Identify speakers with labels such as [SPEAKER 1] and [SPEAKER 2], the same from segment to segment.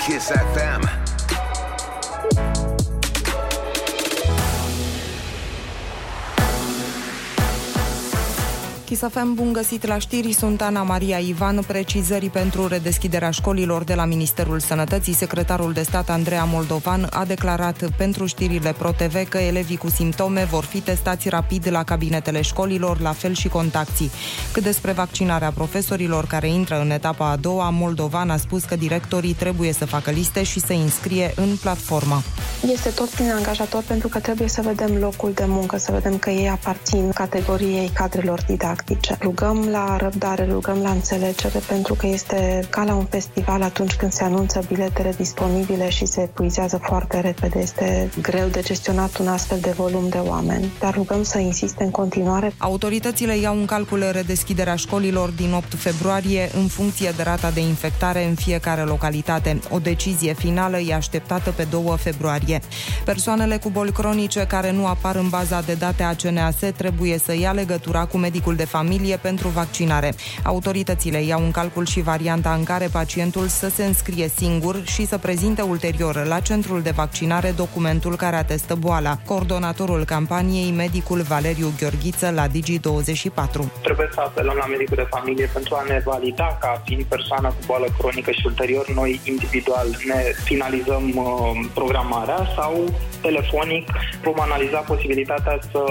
[SPEAKER 1] Kiss FM.
[SPEAKER 2] Chisafem, bun găsit la știri, sunt Ana Maria Ivan. Precizării pentru redeschiderea școlilor de la Ministerul Sănătății, secretarul de stat Andreea Moldovan a declarat pentru știrile ProTV că elevii cu simptome vor fi testați rapid la cabinetele școlilor, la fel și contacții. Cât despre vaccinarea profesorilor care intră în etapa a doua, Moldovan a spus că directorii trebuie să facă liste și să înscrie în platformă.
[SPEAKER 3] Este tot prin angajator pentru că trebuie să vedem locul de muncă, să vedem că ei aparțin categoriei cadrelor didactice practice. Rugăm la răbdare, rugăm la înțelegere, pentru că este ca la un festival atunci când se anunță biletele disponibile și se epuizează foarte repede. Este greu de gestionat un astfel de volum de oameni, dar rugăm să insiste în continuare.
[SPEAKER 2] Autoritățile iau în calcul redeschiderea școlilor din 8 februarie în funcție de rata de infectare în fiecare localitate. O decizie finală e așteptată pe 2 februarie. Persoanele cu boli cronice care nu apar în baza de date a CNAS trebuie să ia legătura cu medicul de familie pentru vaccinare. Autoritățile iau în calcul și varianta în care pacientul să se înscrie singur și să prezinte ulterior la centrul de vaccinare documentul care atestă boala. Coordonatorul campaniei, medicul Valeriu Gheorghiță la Digi24.
[SPEAKER 4] Trebuie să apelăm la medicul de familie pentru a ne valida ca fiind persoană cu boală cronică și ulterior noi individual ne finalizăm uh, programarea sau telefonic vom analiza posibilitatea să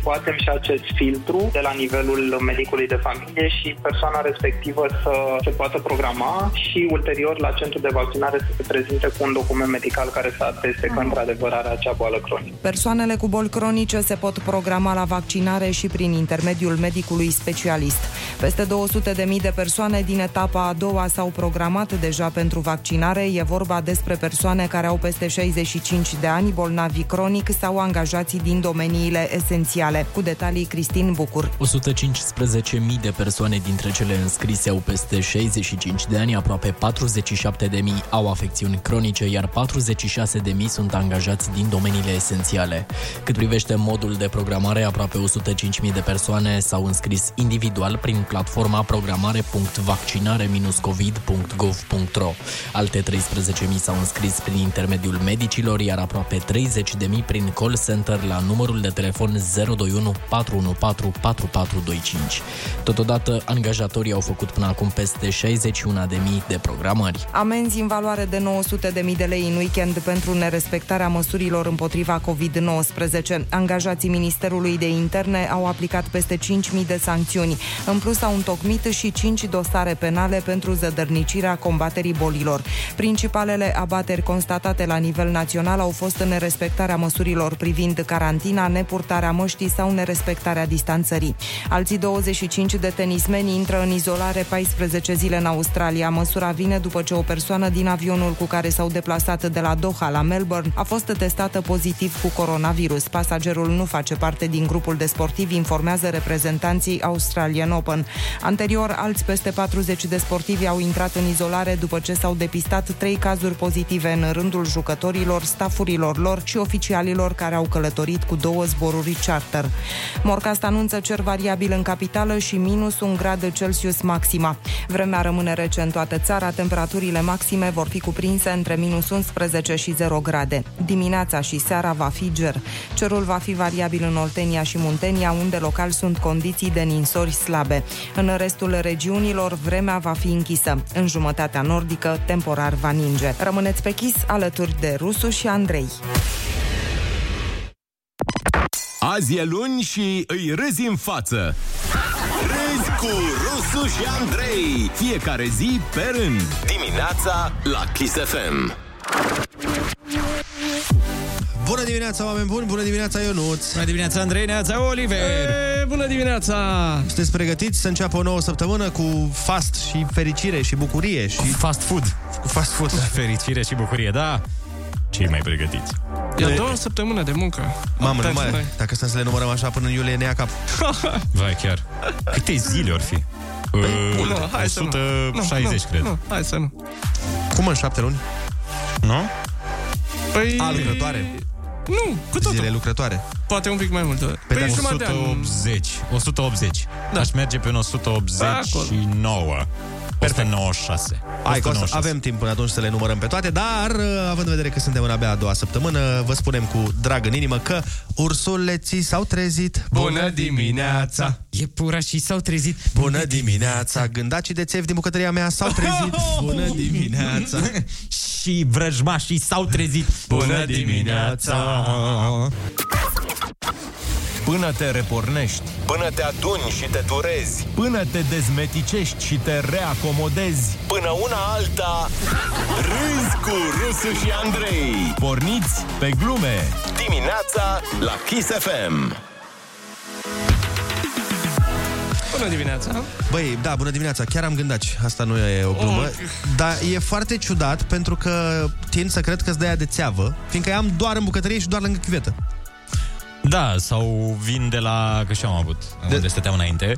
[SPEAKER 4] scoatem și acest filtru de la nivel nivelul medicului de familie și persoana respectivă să se poată programa și ulterior la centrul de vaccinare să se prezinte cu un document medical care să ateste că într-adevăr are acea boală cronică.
[SPEAKER 2] Persoanele cu boli cronice se pot programa la vaccinare și prin intermediul medicului specialist. Peste 200 de mii de persoane din etapa a doua s-au programat deja pentru vaccinare. E vorba despre persoane care au peste 65 de ani, bolnavi cronic sau angajații din domeniile esențiale. Cu detalii Cristin Bucur.
[SPEAKER 5] 115.000 de persoane dintre cele înscrise au peste 65 de ani, aproape 47.000 au afecțiuni cronice, iar 46.000 sunt angajați din domeniile esențiale. Cât privește modul de programare, aproape 105.000 de persoane s-au înscris individual prin platforma programare.vaccinare-covid.gov.ro. Alte 13.000 s-au înscris prin intermediul medicilor, iar aproape 30.000 prin call center la numărul de telefon 021 414 44 425. Totodată, angajatorii au făcut până acum peste 61.000 de programări.
[SPEAKER 2] Amenzi în valoare de 900.000 de lei în weekend pentru nerespectarea măsurilor împotriva COVID-19. Angajații Ministerului de Interne au aplicat peste 5.000 de sancțiuni. În plus, au întocmit și 5 dosare penale pentru zădărnicirea combaterii bolilor. Principalele abateri constatate la nivel național au fost nerespectarea măsurilor privind carantina, nepurtarea măștii sau nerespectarea distanțării. Alții 25 de tenismeni intră în izolare 14 zile în Australia. Măsura vine după ce o persoană din avionul cu care s-au deplasat de la Doha la Melbourne a fost testată pozitiv cu coronavirus. Pasagerul nu face parte din grupul de sportivi, informează reprezentanții Australian Open. Anterior, alți peste 40 de sportivi au intrat în izolare după ce s-au depistat trei cazuri pozitive în rândul jucătorilor, stafurilor lor și oficialilor care au călătorit cu două zboruri charter. Morcast anunță cer variante variabil în capitală și minus 1 grad Celsius maxima. Vremea rămâne rece în toată țara, temperaturile maxime vor fi cuprinse între minus 11 și 0 grade. Dimineața și seara va fi ger. Cerul va fi variabil în Oltenia și Muntenia, unde local sunt condiții de ninsori slabe. În restul regiunilor, vremea va fi închisă. În jumătatea nordică, temporar va ninge. Rămâneți pe chis alături de Rusu și Andrei.
[SPEAKER 6] Azi e luni și îi râzi în față. Râzi cu Rusu și Andrei. Fiecare zi pe rând. Dimineața la Kiss FM.
[SPEAKER 7] Bună dimineața, oameni buni! Bună dimineața, Ionuț!
[SPEAKER 8] Bună dimineața, Andrei, neața, Oliver! E,
[SPEAKER 7] bună dimineața! Sunteți pregătiți să înceapă o nouă săptămână cu fast și fericire și bucurie și... Cu
[SPEAKER 8] fast food!
[SPEAKER 7] Cu fast food!
[SPEAKER 8] Fericire și bucurie, da! Cei mai pregătiți.
[SPEAKER 9] E a doua săptămână de muncă.
[SPEAKER 7] Mamă, nu mai, dacă stăm să le numărăm așa până în iulie, ne ia cap.
[SPEAKER 8] Vai, chiar. Câte zile ori fi? Păi, uh,
[SPEAKER 9] nu, hai
[SPEAKER 8] 160,
[SPEAKER 9] să nu. Nu, nu,
[SPEAKER 8] cred.
[SPEAKER 9] Nu, hai să nu.
[SPEAKER 7] Cum în șapte luni?
[SPEAKER 8] Nu?
[SPEAKER 9] Păi...
[SPEAKER 7] A, lucrătoare.
[SPEAKER 9] Nu, cu totul.
[SPEAKER 7] Zile lucrătoare.
[SPEAKER 9] Poate un pic mai mult. Pe păi jumătate de an.
[SPEAKER 8] 180. 180. Da. Aș merge pe un 189.
[SPEAKER 10] Perfect. 196.
[SPEAKER 7] Hai că o să avem timp până atunci să le numărăm pe toate, dar uh, având în vedere că suntem în abia a doua săptămână, uh, vă spunem cu drag în inimă că ursuleții s-au trezit.
[SPEAKER 9] Bună dimineața!
[SPEAKER 7] Iepurașii s-au trezit. Bună dimineața! Gândacii de țevi din bucătăria mea s-au trezit. Bună dimineața!
[SPEAKER 11] și vrăjmașii s-au trezit.
[SPEAKER 9] Bună dimineața!
[SPEAKER 6] Până te repornești, până te aduni și te turezi, până te dezmeticești și te reacomodezi, până una alta, râzi cu Rusu și Andrei. Porniți pe glume dimineața la Kiss FM.
[SPEAKER 9] Bună dimineața!
[SPEAKER 7] Băi, da, bună dimineața. Chiar am gândit, asta nu e o glumă,
[SPEAKER 9] Oh.
[SPEAKER 7] dar e foarte ciudat pentru că tind să cred că îți dai de țeavă, fiindcă am doar în bucătărie și doar lângă chivetă.
[SPEAKER 10] Da, sau vin de la... Că și am avut, de... unde stăteam înainte.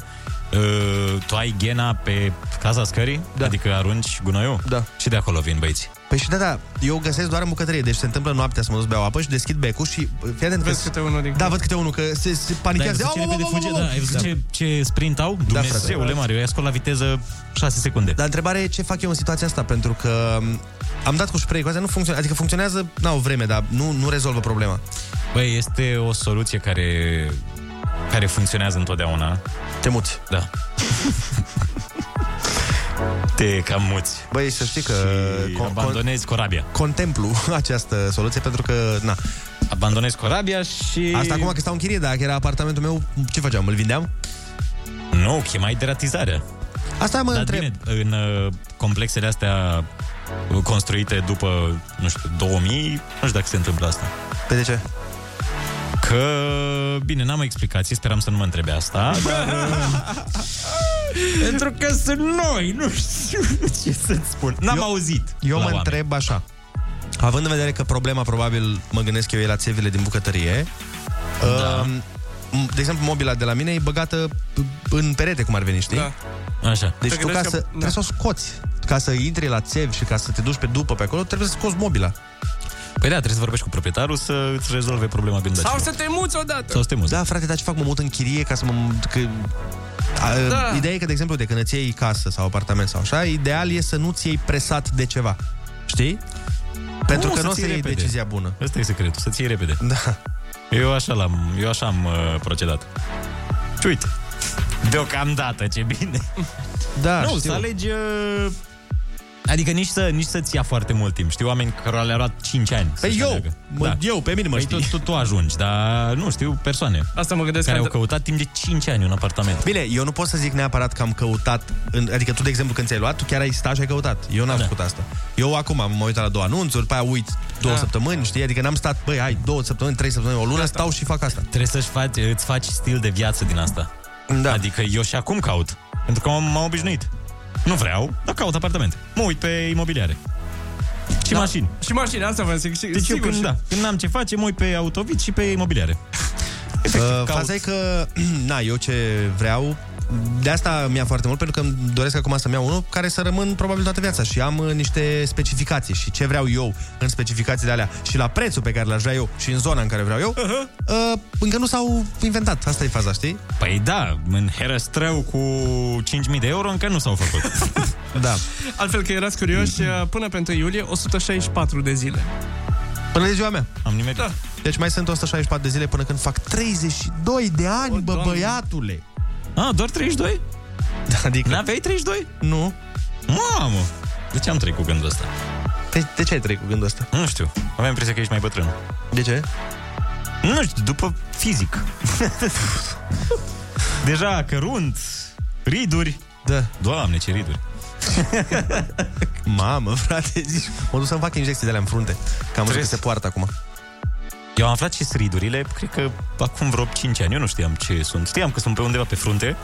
[SPEAKER 10] Uh, tu ai ghena pe casa scării? Da. Adică arunci gunoiul?
[SPEAKER 7] Da.
[SPEAKER 10] Și de acolo vin băieți.
[SPEAKER 7] Păi și da, da, eu găsesc doar în bucătărie, deci se întâmplă noaptea să mă duc să beau apă și deschid becul și fii atent
[SPEAKER 9] Vezi câte unul din
[SPEAKER 7] Da, văd câte unul, că se,
[SPEAKER 10] Da,
[SPEAKER 7] se
[SPEAKER 10] ai
[SPEAKER 7] panichează.
[SPEAKER 10] Da, văzut ce
[SPEAKER 7] Au, au,
[SPEAKER 10] repede
[SPEAKER 7] au,
[SPEAKER 10] fuge?
[SPEAKER 7] au, au.
[SPEAKER 10] Da, ai văzut ce, ce sprint au?
[SPEAKER 7] frate.
[SPEAKER 10] Dumnezeule, Mario, i-a scos la viteză 6 secunde.
[SPEAKER 7] Dar întrebarea e ce fac eu în situația asta, pentru că m, am dat cu spray, cu astea nu funcționează, adică funcționează, n-au vreme, dar nu, nu rezolvă problema.
[SPEAKER 10] Băi, este o soluție care, care funcționează întotdeauna.
[SPEAKER 7] Te muți.
[SPEAKER 10] Da. Te cam muți.
[SPEAKER 7] Băi, să știi că
[SPEAKER 10] Și
[SPEAKER 7] con- con-
[SPEAKER 10] abandonezi corabia.
[SPEAKER 7] contemplu această soluție, pentru că, na,
[SPEAKER 10] Abandonezi corabia și...
[SPEAKER 7] asta acum că stau în chirie, dacă era apartamentul meu, ce făceam, îl vindeam?
[SPEAKER 10] Nu, chemai deratizarea.
[SPEAKER 7] Asta mă
[SPEAKER 10] Dar
[SPEAKER 7] întreb.
[SPEAKER 10] bine, în uh, complexele astea uh, construite după, nu știu, 2000, nu știu dacă se întâmplă asta.
[SPEAKER 7] Pe Păi de ce?
[SPEAKER 10] Că, bine, n-am explicații, speram să nu mă întrebe asta, dar... uh, Pentru că sunt noi, nu știu ce să-ți spun. N-am
[SPEAKER 7] Eu-
[SPEAKER 10] auzit
[SPEAKER 7] Eu
[SPEAKER 10] la
[SPEAKER 7] mă
[SPEAKER 10] oameni.
[SPEAKER 7] întreb așa. Având în vedere că problema, probabil, mă gândesc eu, e la țevile din bucătărie,
[SPEAKER 10] Da.
[SPEAKER 7] um, de exemplu, mobila de la mine e băgată în perete, cum ar veni, știi?
[SPEAKER 9] Da.
[SPEAKER 10] Așa.
[SPEAKER 7] Deci
[SPEAKER 9] Te
[SPEAKER 7] tu ca
[SPEAKER 9] gândești
[SPEAKER 7] să... Da.
[SPEAKER 9] că- da.
[SPEAKER 7] Trebuie să o scoți. Ca să intri la țevi și ca să te duci pe după pe acolo, trebuie să scoți mobila.
[SPEAKER 10] Păi da, trebuie să vorbești cu proprietarul să îți rezolve problema gândacilor.
[SPEAKER 9] Sau să te muți odată!
[SPEAKER 10] Sau să te muți.
[SPEAKER 7] Da, frate, dar ce fac? Mă mut în chirie ca să mă... Că... A, da.
[SPEAKER 9] Da.
[SPEAKER 7] Ideea e că, de exemplu, de când îți iei casă sau apartament sau așa, ideal e să nu-ți iei presat de ceva. Știi? Pentru
[SPEAKER 10] Nu,
[SPEAKER 7] că
[SPEAKER 10] să
[SPEAKER 7] nu o
[SPEAKER 10] ții
[SPEAKER 7] să iei
[SPEAKER 10] repede.
[SPEAKER 7] decizia bună.
[SPEAKER 10] Ăsta e secretul, să ții repede.
[SPEAKER 7] Da.
[SPEAKER 10] Eu așa, l-am, eu așa am uh, procedat. Și uite, deocamdată, ce bine.
[SPEAKER 7] Da,
[SPEAKER 10] Da, nu,
[SPEAKER 7] știu.
[SPEAKER 10] să alegi... Uh, adică nici, să, nici să-ți ia foarte mult timp. Știu oameni care le-au luat 5 ani
[SPEAKER 7] Păi
[SPEAKER 10] să-și
[SPEAKER 7] eu,
[SPEAKER 10] aleagă.
[SPEAKER 7] mă,
[SPEAKER 10] da.
[SPEAKER 7] eu, pe mine mă
[SPEAKER 10] Păi
[SPEAKER 7] știi.
[SPEAKER 10] tu, tu, tu ajungi, dar nu știu, persoane
[SPEAKER 9] Asta mă gândesc
[SPEAKER 10] care
[SPEAKER 9] că-
[SPEAKER 10] au căutat timp de 5 ani un apartament.
[SPEAKER 7] Bine, eu nu pot să zic neapărat că am căutat, în, adică tu, de exemplu, când ți-ai luat, tu chiar ai stat și ai căutat. Eu n-am
[SPEAKER 10] Da.
[SPEAKER 7] făcut asta. Eu acum m-am uitat la două anunțuri, pe aia uit două
[SPEAKER 9] Da.
[SPEAKER 7] săptămâni, știi? Adică n-am stat, băi, hai, două săptămâni, trei săptămâni, o lună, stau și fac asta.
[SPEAKER 10] Trebuie să-și faci, îți faci stil de viață din asta.
[SPEAKER 7] Da. Adică...
[SPEAKER 10] Adică eu și acum caut, pentru că m-am, m-am obișnuit. Nu vreau, dar caut apartamente. Mă uit pe imobiliare. Și da. mașini.
[SPEAKER 9] Și mașina, asta vă zic. și-
[SPEAKER 10] Deci eu
[SPEAKER 9] sigur,
[SPEAKER 10] când,
[SPEAKER 9] și-
[SPEAKER 10] da, când n-am ce face, mă uit pe autovit și pe imobiliare.
[SPEAKER 7] Uh, fața e că, na, eu ce vreau, de asta mi-a foarte mult, pentru că îmi doresc acum să-mi iau unul care să rămân probabil toată viața și am uh, niște specificații și ce vreau eu în specificațiile alea și la prețul pe care l-aș vrea eu și în zona în care vreau eu, uh-huh. uh, încă nu s-au inventat. Asta e faza, știi?
[SPEAKER 10] Păi da, în herăstrău cu 5.000 de euro încă nu s-au făcut.
[SPEAKER 7] Da.
[SPEAKER 9] Altfel că erați curioși, până pe 1 iulie, 164 de zile.
[SPEAKER 7] Până de ziua mea.
[SPEAKER 10] Am nimerit. Da.
[SPEAKER 7] Deci mai sunt 164 de zile până când fac 32 de ani,
[SPEAKER 9] O,
[SPEAKER 7] bă,
[SPEAKER 9] Doamne.
[SPEAKER 7] băiatule!
[SPEAKER 10] A, doar 32?
[SPEAKER 7] Adică,
[SPEAKER 10] N-aveai 32?
[SPEAKER 7] nu?
[SPEAKER 10] Mamă! De ce am trăit cu gândul ăsta?
[SPEAKER 7] De, de ce ai trăit cu gândul ăsta?
[SPEAKER 10] Nu știu. Aveam impresia că ești mai bătrân.
[SPEAKER 7] De ce?
[SPEAKER 10] Nu știu, după fizic. Deja cărunt, riduri.
[SPEAKER 7] Da.
[SPEAKER 10] Doamne, ce riduri.
[SPEAKER 7] Mamă, frate, zici, mă duc să-mi fac injecții de alea în frunte. Că am văzut
[SPEAKER 10] Trebuie
[SPEAKER 7] că se
[SPEAKER 10] să-
[SPEAKER 7] poartă acum.
[SPEAKER 10] Eu am aflat ce sunt ridurile, cred că acum vreo 5 ani. Eu nu știam ce sunt. Știam că sunt pe undeva pe frunte,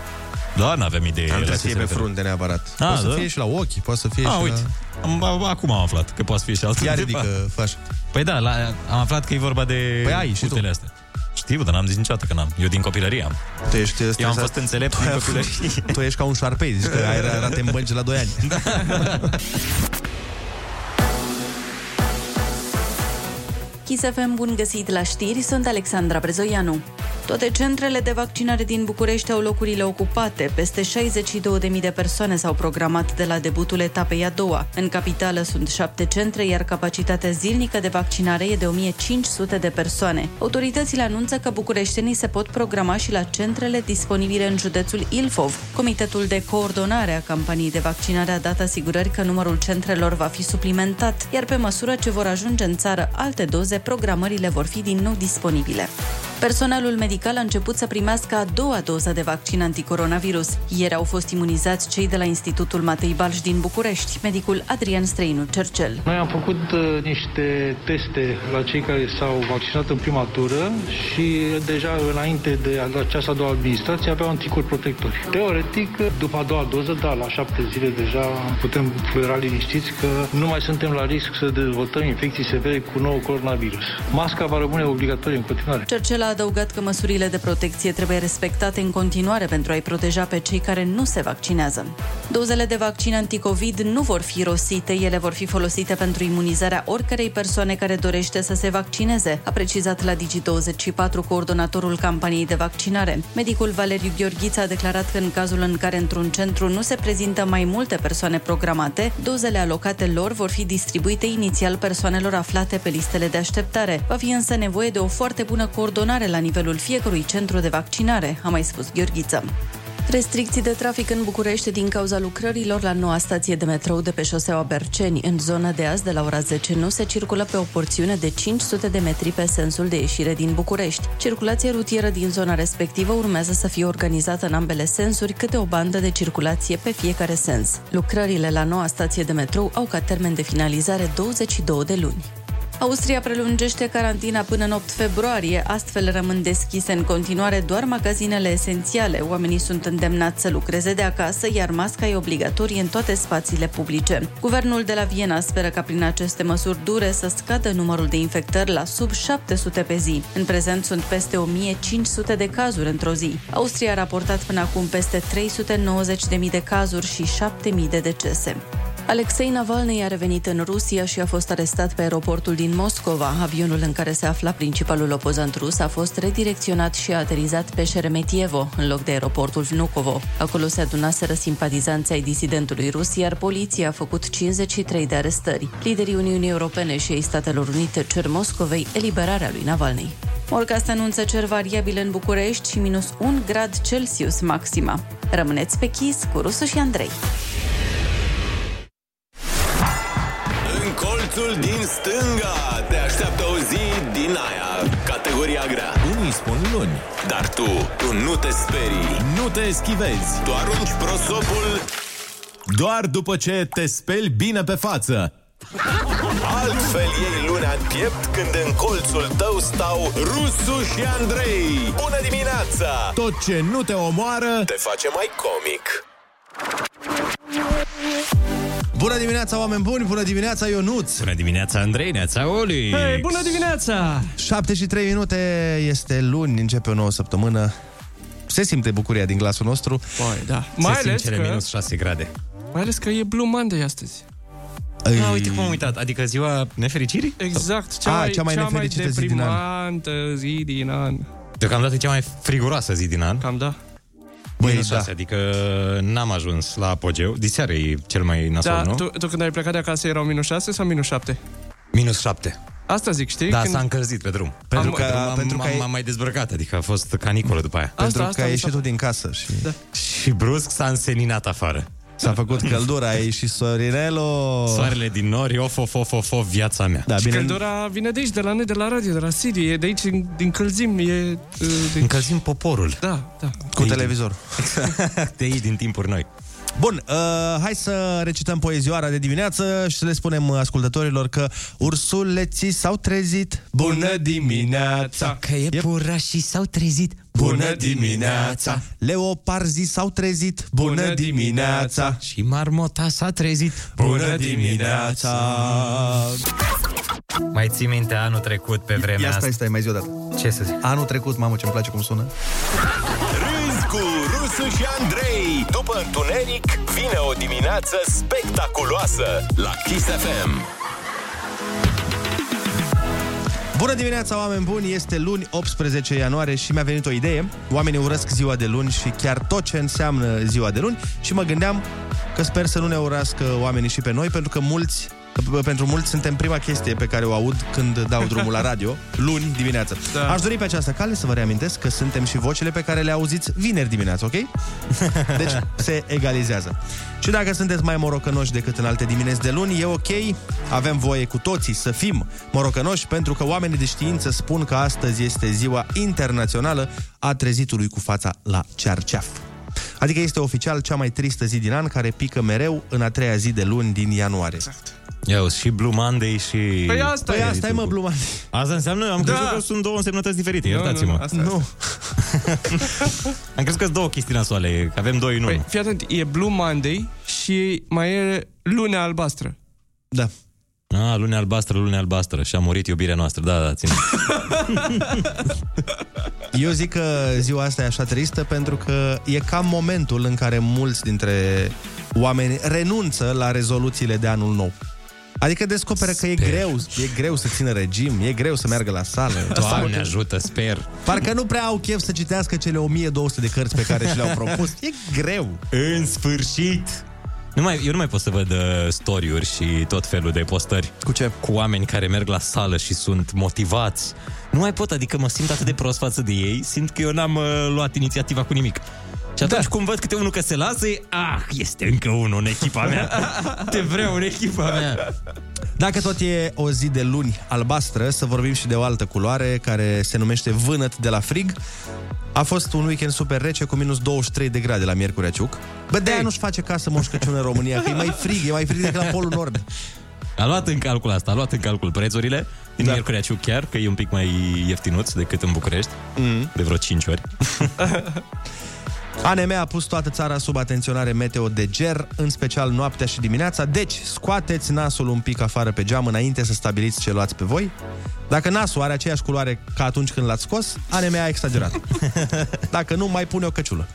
[SPEAKER 10] dar n-aveam idee.
[SPEAKER 7] Am
[SPEAKER 10] la
[SPEAKER 7] trebuie
[SPEAKER 10] ce
[SPEAKER 7] să fie
[SPEAKER 10] se
[SPEAKER 7] pe
[SPEAKER 10] referă.
[SPEAKER 7] frunte neapărat.
[SPEAKER 10] A,
[SPEAKER 7] poate să
[SPEAKER 10] da?
[SPEAKER 7] fie și la ochi, poate să fie
[SPEAKER 10] A,
[SPEAKER 7] și
[SPEAKER 10] uite.
[SPEAKER 7] la...
[SPEAKER 10] da. Am, a- acum am aflat că poate fi și altundeva.
[SPEAKER 7] Ah, Ia ridică, fă așa.
[SPEAKER 10] Păi da, la, am aflat că e vorba de
[SPEAKER 7] Păi ai și tu.
[SPEAKER 10] cutele astea. Știu, dar n-am zis niciodată că n-am. Eu din copilărie am.
[SPEAKER 7] Tu ești
[SPEAKER 10] Eu am
[SPEAKER 7] stresat.
[SPEAKER 10] fost înțelept din copilărie.
[SPEAKER 7] Păi, Tu ești ca un șarpei, zici că ai ra- rate în bănci la 2 ani.
[SPEAKER 12] Kiss FM, bun găsit la știri, sunt Alexandra Brezoianu. Toate centrele de vaccinare din București au locurile ocupate. Peste 62.000 de persoane s-au programat de la debutul etapei a doua. În capitală sunt șapte centre, iar capacitatea zilnică de vaccinare e de 1500 de persoane. Autoritățile anunță că bucureștenii se pot programa și la centrele disponibile în județul Ilfov. Comitetul de coordonare a campaniei de vaccinare a dat asigurări că numărul centrelor va fi suplimentat, iar pe măsură ce vor ajunge în țară alte doze, programările vor fi din nou disponibile. Personalul medical a început să primească a doua doză de vaccin anticoronavirus. Ieri au fost imunizați cei de la Institutul Matei Balș din București, medicul Adrian Străinu Cercel.
[SPEAKER 13] Noi am făcut uh, niște teste la cei care s-au vaccinat în prima tură și deja înainte de această a doua administrație aveau anticorpi protectori. Teoretic, după a doua doză, da, la șapte zile deja putem fluiera liniștiți că nu mai suntem la risc să dezvoltăm infecții severe cu nou coronavirus. Masca va rămâne obligatorie în continuare.
[SPEAKER 12] Cercel a adăugat că măsurile de protecție trebuie respectate în continuare pentru a-i proteja pe cei care nu se vaccinează. Dozele de vaccin anticovid nu vor fi rosite, ele vor fi folosite pentru imunizarea oricărei persoane care dorește să se vaccineze, a precizat la Digi24 coordonatorul campaniei de vaccinare. Medicul Valeriu Gheorghiță a declarat că în cazul în care într-un centru nu se prezintă mai multe persoane programate, dozele alocate lor vor fi distribuite inițial persoanelor aflate pe listele de așteptare. Va fi însă nevoie de o foarte bună coordonare la nivelul fiecărui centru de vaccinare, a mai spus Gheorghiță. Restricții de trafic în București din cauza lucrărilor la noua stație de metrou de pe șoseaua Berceni. În zona de azi, de la ora 10, nu se circulă pe o porțiune de 500 de metri pe sensul de ieșire din București. Circulația rutieră din zona respectivă urmează să fie organizată în ambele sensuri câte o bandă de circulație pe fiecare sens. Lucrările la noua stație de metrou au ca termen de finalizare 22 de luni. Austria prelungește carantina până în 8 februarie, astfel rămân deschise în continuare doar magazinele esențiale. Oamenii sunt îndemnați să lucreze de acasă, iar masca e obligatorie în toate spațiile publice. Guvernul de la Viena speră ca prin aceste măsuri dure să scadă numărul de infectări la sub 700 pe zi. În prezent sunt peste 1500 de cazuri într-o zi. Austria a raportat până acum peste 390.000 de cazuri și 7.000 de decese. Alexei Navalny a revenit în Rusia și a fost arestat pe aeroportul din Moscova. Avionul în care se afla principalul opozant rus a fost redirecționat și a aterizat pe Șeremetievo, în loc de aeroportul Vnukovo. Acolo se adunaseră simpatizanții ai disidentului rus, iar poliția a făcut 53 de arestări. Liderii Uniunii Europene și ai Statelor Unite cer Moscovei eliberarea lui Navalny. Morcast anunță cer variabil în București și minus 1 grad Celsius maxima. Rămâneți pe chis cu Rusu și Andrei.
[SPEAKER 6] În colțul din stânga te așteaptă o zi din aia, categoria grea. Unii spun luni. Dar tu, tu nu te sperii, nu te eschivezi. Tu arunci prosopul doar după ce te speli bine pe față. Altfel ei lunea în piept când în colțul tău stau Rusu și Andrei. Bună dimineața! Tot ce nu te omoară te face mai comic.
[SPEAKER 7] Bună dimineața, oameni buni! Bună dimineața, Ionuț!
[SPEAKER 8] Bună dimineața, Andrei, neața, Oli!
[SPEAKER 9] Hei, bună dimineața!
[SPEAKER 7] 7 și 3 minute este luni, începe o nouă săptămână. Se simte bucuria din glasul nostru.
[SPEAKER 9] Păi, da.
[SPEAKER 8] Mai Se ales că... minus 6 grade.
[SPEAKER 9] Mai ales că e Blue Monday astăzi.
[SPEAKER 8] Ei. A, uite cum am uitat, adică ziua nefericirii?
[SPEAKER 9] Exact, cea,
[SPEAKER 8] A,
[SPEAKER 9] mai,
[SPEAKER 8] cea mai
[SPEAKER 9] cea mai
[SPEAKER 8] nefericită zi din an.
[SPEAKER 9] deprimantă zi din an.
[SPEAKER 8] Deocamdată e cea mai friguroasă zi din an. Cam da. Băi, minus 6, da. adică n-am ajuns la apogeu. Diseară e cel mai nasol,
[SPEAKER 9] Da,
[SPEAKER 8] nu?
[SPEAKER 9] tu, tu când ai plecat de acasă erau minus 6 sau minus 7?
[SPEAKER 8] Minus 7.
[SPEAKER 9] Asta zic, știi?
[SPEAKER 8] Da,
[SPEAKER 9] când...
[SPEAKER 8] s-a încălzit pe drum.
[SPEAKER 9] Pentru
[SPEAKER 8] Am-
[SPEAKER 9] că-
[SPEAKER 8] pe drum am,
[SPEAKER 9] pentru că
[SPEAKER 8] am,
[SPEAKER 9] ai-
[SPEAKER 8] am mai dezbrăcat, adică a fost caniculă după aia.
[SPEAKER 7] Pentru că ai ieșit tu din casă și... Da.
[SPEAKER 8] Și brusc s-a înseninat afară.
[SPEAKER 7] S-a făcut căldura, a ieșit Sorinelo.
[SPEAKER 8] Soarele din nori, of, of, of, of, of viața mea.
[SPEAKER 7] Da,
[SPEAKER 9] Și căldura vine de aici, de la noi, de la radio, de la Siri, e de aici, din călzim, e... uh, De...
[SPEAKER 8] Încălzim poporul.
[SPEAKER 9] Da, da.
[SPEAKER 7] Cu televizor.
[SPEAKER 8] Exact, de aici, din timpuri noi.
[SPEAKER 7] Bun, uh, hai să recităm poezioara de dimineață și să le spunem ascultătorilor că ursuleții s-au trezit. Bună dimineața!
[SPEAKER 1] Că e pura și s-au trezit
[SPEAKER 7] Bună dimineața! Leoparzii s-au trezit. Bună dimineața!
[SPEAKER 1] Și marmota s-a trezit
[SPEAKER 7] Bună dimineața!
[SPEAKER 14] Mai ții minte anul trecut pe vremea
[SPEAKER 15] Ia stai,
[SPEAKER 14] asta?
[SPEAKER 15] stai, mai zi odată.
[SPEAKER 14] Ce să zic?
[SPEAKER 15] Anul trecut, mamă, ce-mi place cum sună.
[SPEAKER 6] Râzi cu Rusu și Andrei. După întuneric, vine o dimineață spectaculoasă la Kiss FM.
[SPEAKER 7] Bună dimineața, oameni buni! Este luni, 18 ianuarie și mi-a venit o idee. Oamenii urăsc ziua de luni și chiar tot ce înseamnă ziua de luni și mă gândeam că sper să nu ne urască oamenii și pe noi, pentru că mulți p- pentru mulți suntem prima chestie pe care o aud când dau drumul la radio, luni dimineața. Da. Aș dori pe această cale să vă reamintesc că suntem și vocile pe care le auziți vineri dimineața, ok? Deci se egalizează. Și dacă sunteți mai morocănoși decât în alte dimineți de luni, e ok, avem voie cu toții să fim morocănoși pentru că oamenii de știință spun că astăzi este ziua internațională a trezitului cu fața la cearceaf. Adică este oficial cea mai tristă zi din an care pică mereu în a treia zi de luni din ianuarie.
[SPEAKER 10] Ia uzi, și Blue Monday și...
[SPEAKER 7] Păi asta Păi e. asta e, mă, Blue Monday.
[SPEAKER 10] Asta înseamnă, am
[SPEAKER 7] Da.
[SPEAKER 10] crezut că sunt două însemnătăți diferite, iertați-mă.
[SPEAKER 7] Nu, nu, nu, asta, Nu.
[SPEAKER 10] am crezut că sunt două chestii nasoale, că avem doi în
[SPEAKER 9] Păi,
[SPEAKER 10] unul.
[SPEAKER 9] fii atent, e Blue Monday și mai e lunea albastră.
[SPEAKER 7] Da.
[SPEAKER 10] A, Ah, lunea albastră, lunea albastră și a murit iubirea noastră, da, da, țin.
[SPEAKER 7] Eu zic că ziua asta e așa tristă pentru că e cam momentul în care mulți dintre oameni renunță la rezoluțiile de anul nou. Adică descoperă că e greu, e greu să țină regim, e greu să meargă la sală. Sau
[SPEAKER 10] Doamne
[SPEAKER 7] că-
[SPEAKER 10] ajută, sper.
[SPEAKER 7] Parcă nu prea au chef să citească cele 1200 de cărți pe care și le-au propus. E greu.
[SPEAKER 10] În sfârșit! Nu mai, eu nu mai pot să văd uh, story-uri și tot felul de postări.
[SPEAKER 7] Cu ce?
[SPEAKER 10] Cu oameni care merg la sală și sunt motivați. Nu mai pot, adică mă simt atât de prost față de ei, simt că eu n-am uh, luat inițiativa cu nimic. Și atunci da. cum văd câte unul că se lasă, e, ah, este încă unul în echipa mea. Te vreau în echipa mea.
[SPEAKER 7] Dacă tot e o zi de luni albastră, să vorbim și de o altă culoare care se numește vânăt de la frig. A fost un weekend super rece cu minus 23 de grade la Miercurea Ciuc. Bă, de-aia nu-și face casă Moș Crăciun în România, că e mai frig, e mai frig decât la Polul Nord.
[SPEAKER 10] A luat în calcul asta, a luat în calcul prețurile din da. Miercurea Ciuc chiar, că e un pic mai ieftinuț decât în București, mm. de vreo 5 ori.
[SPEAKER 7] ANM a pus toată țara sub atenționare meteo de ger, în special noaptea și dimineața, deci scoateți nasul un pic afară pe geam înainte să stabiliți ce luați pe voi. Dacă nasul are aceeași culoare ca atunci când l-ați scos, ANM a exagerat. Dacă nu, mai pune o căciulă.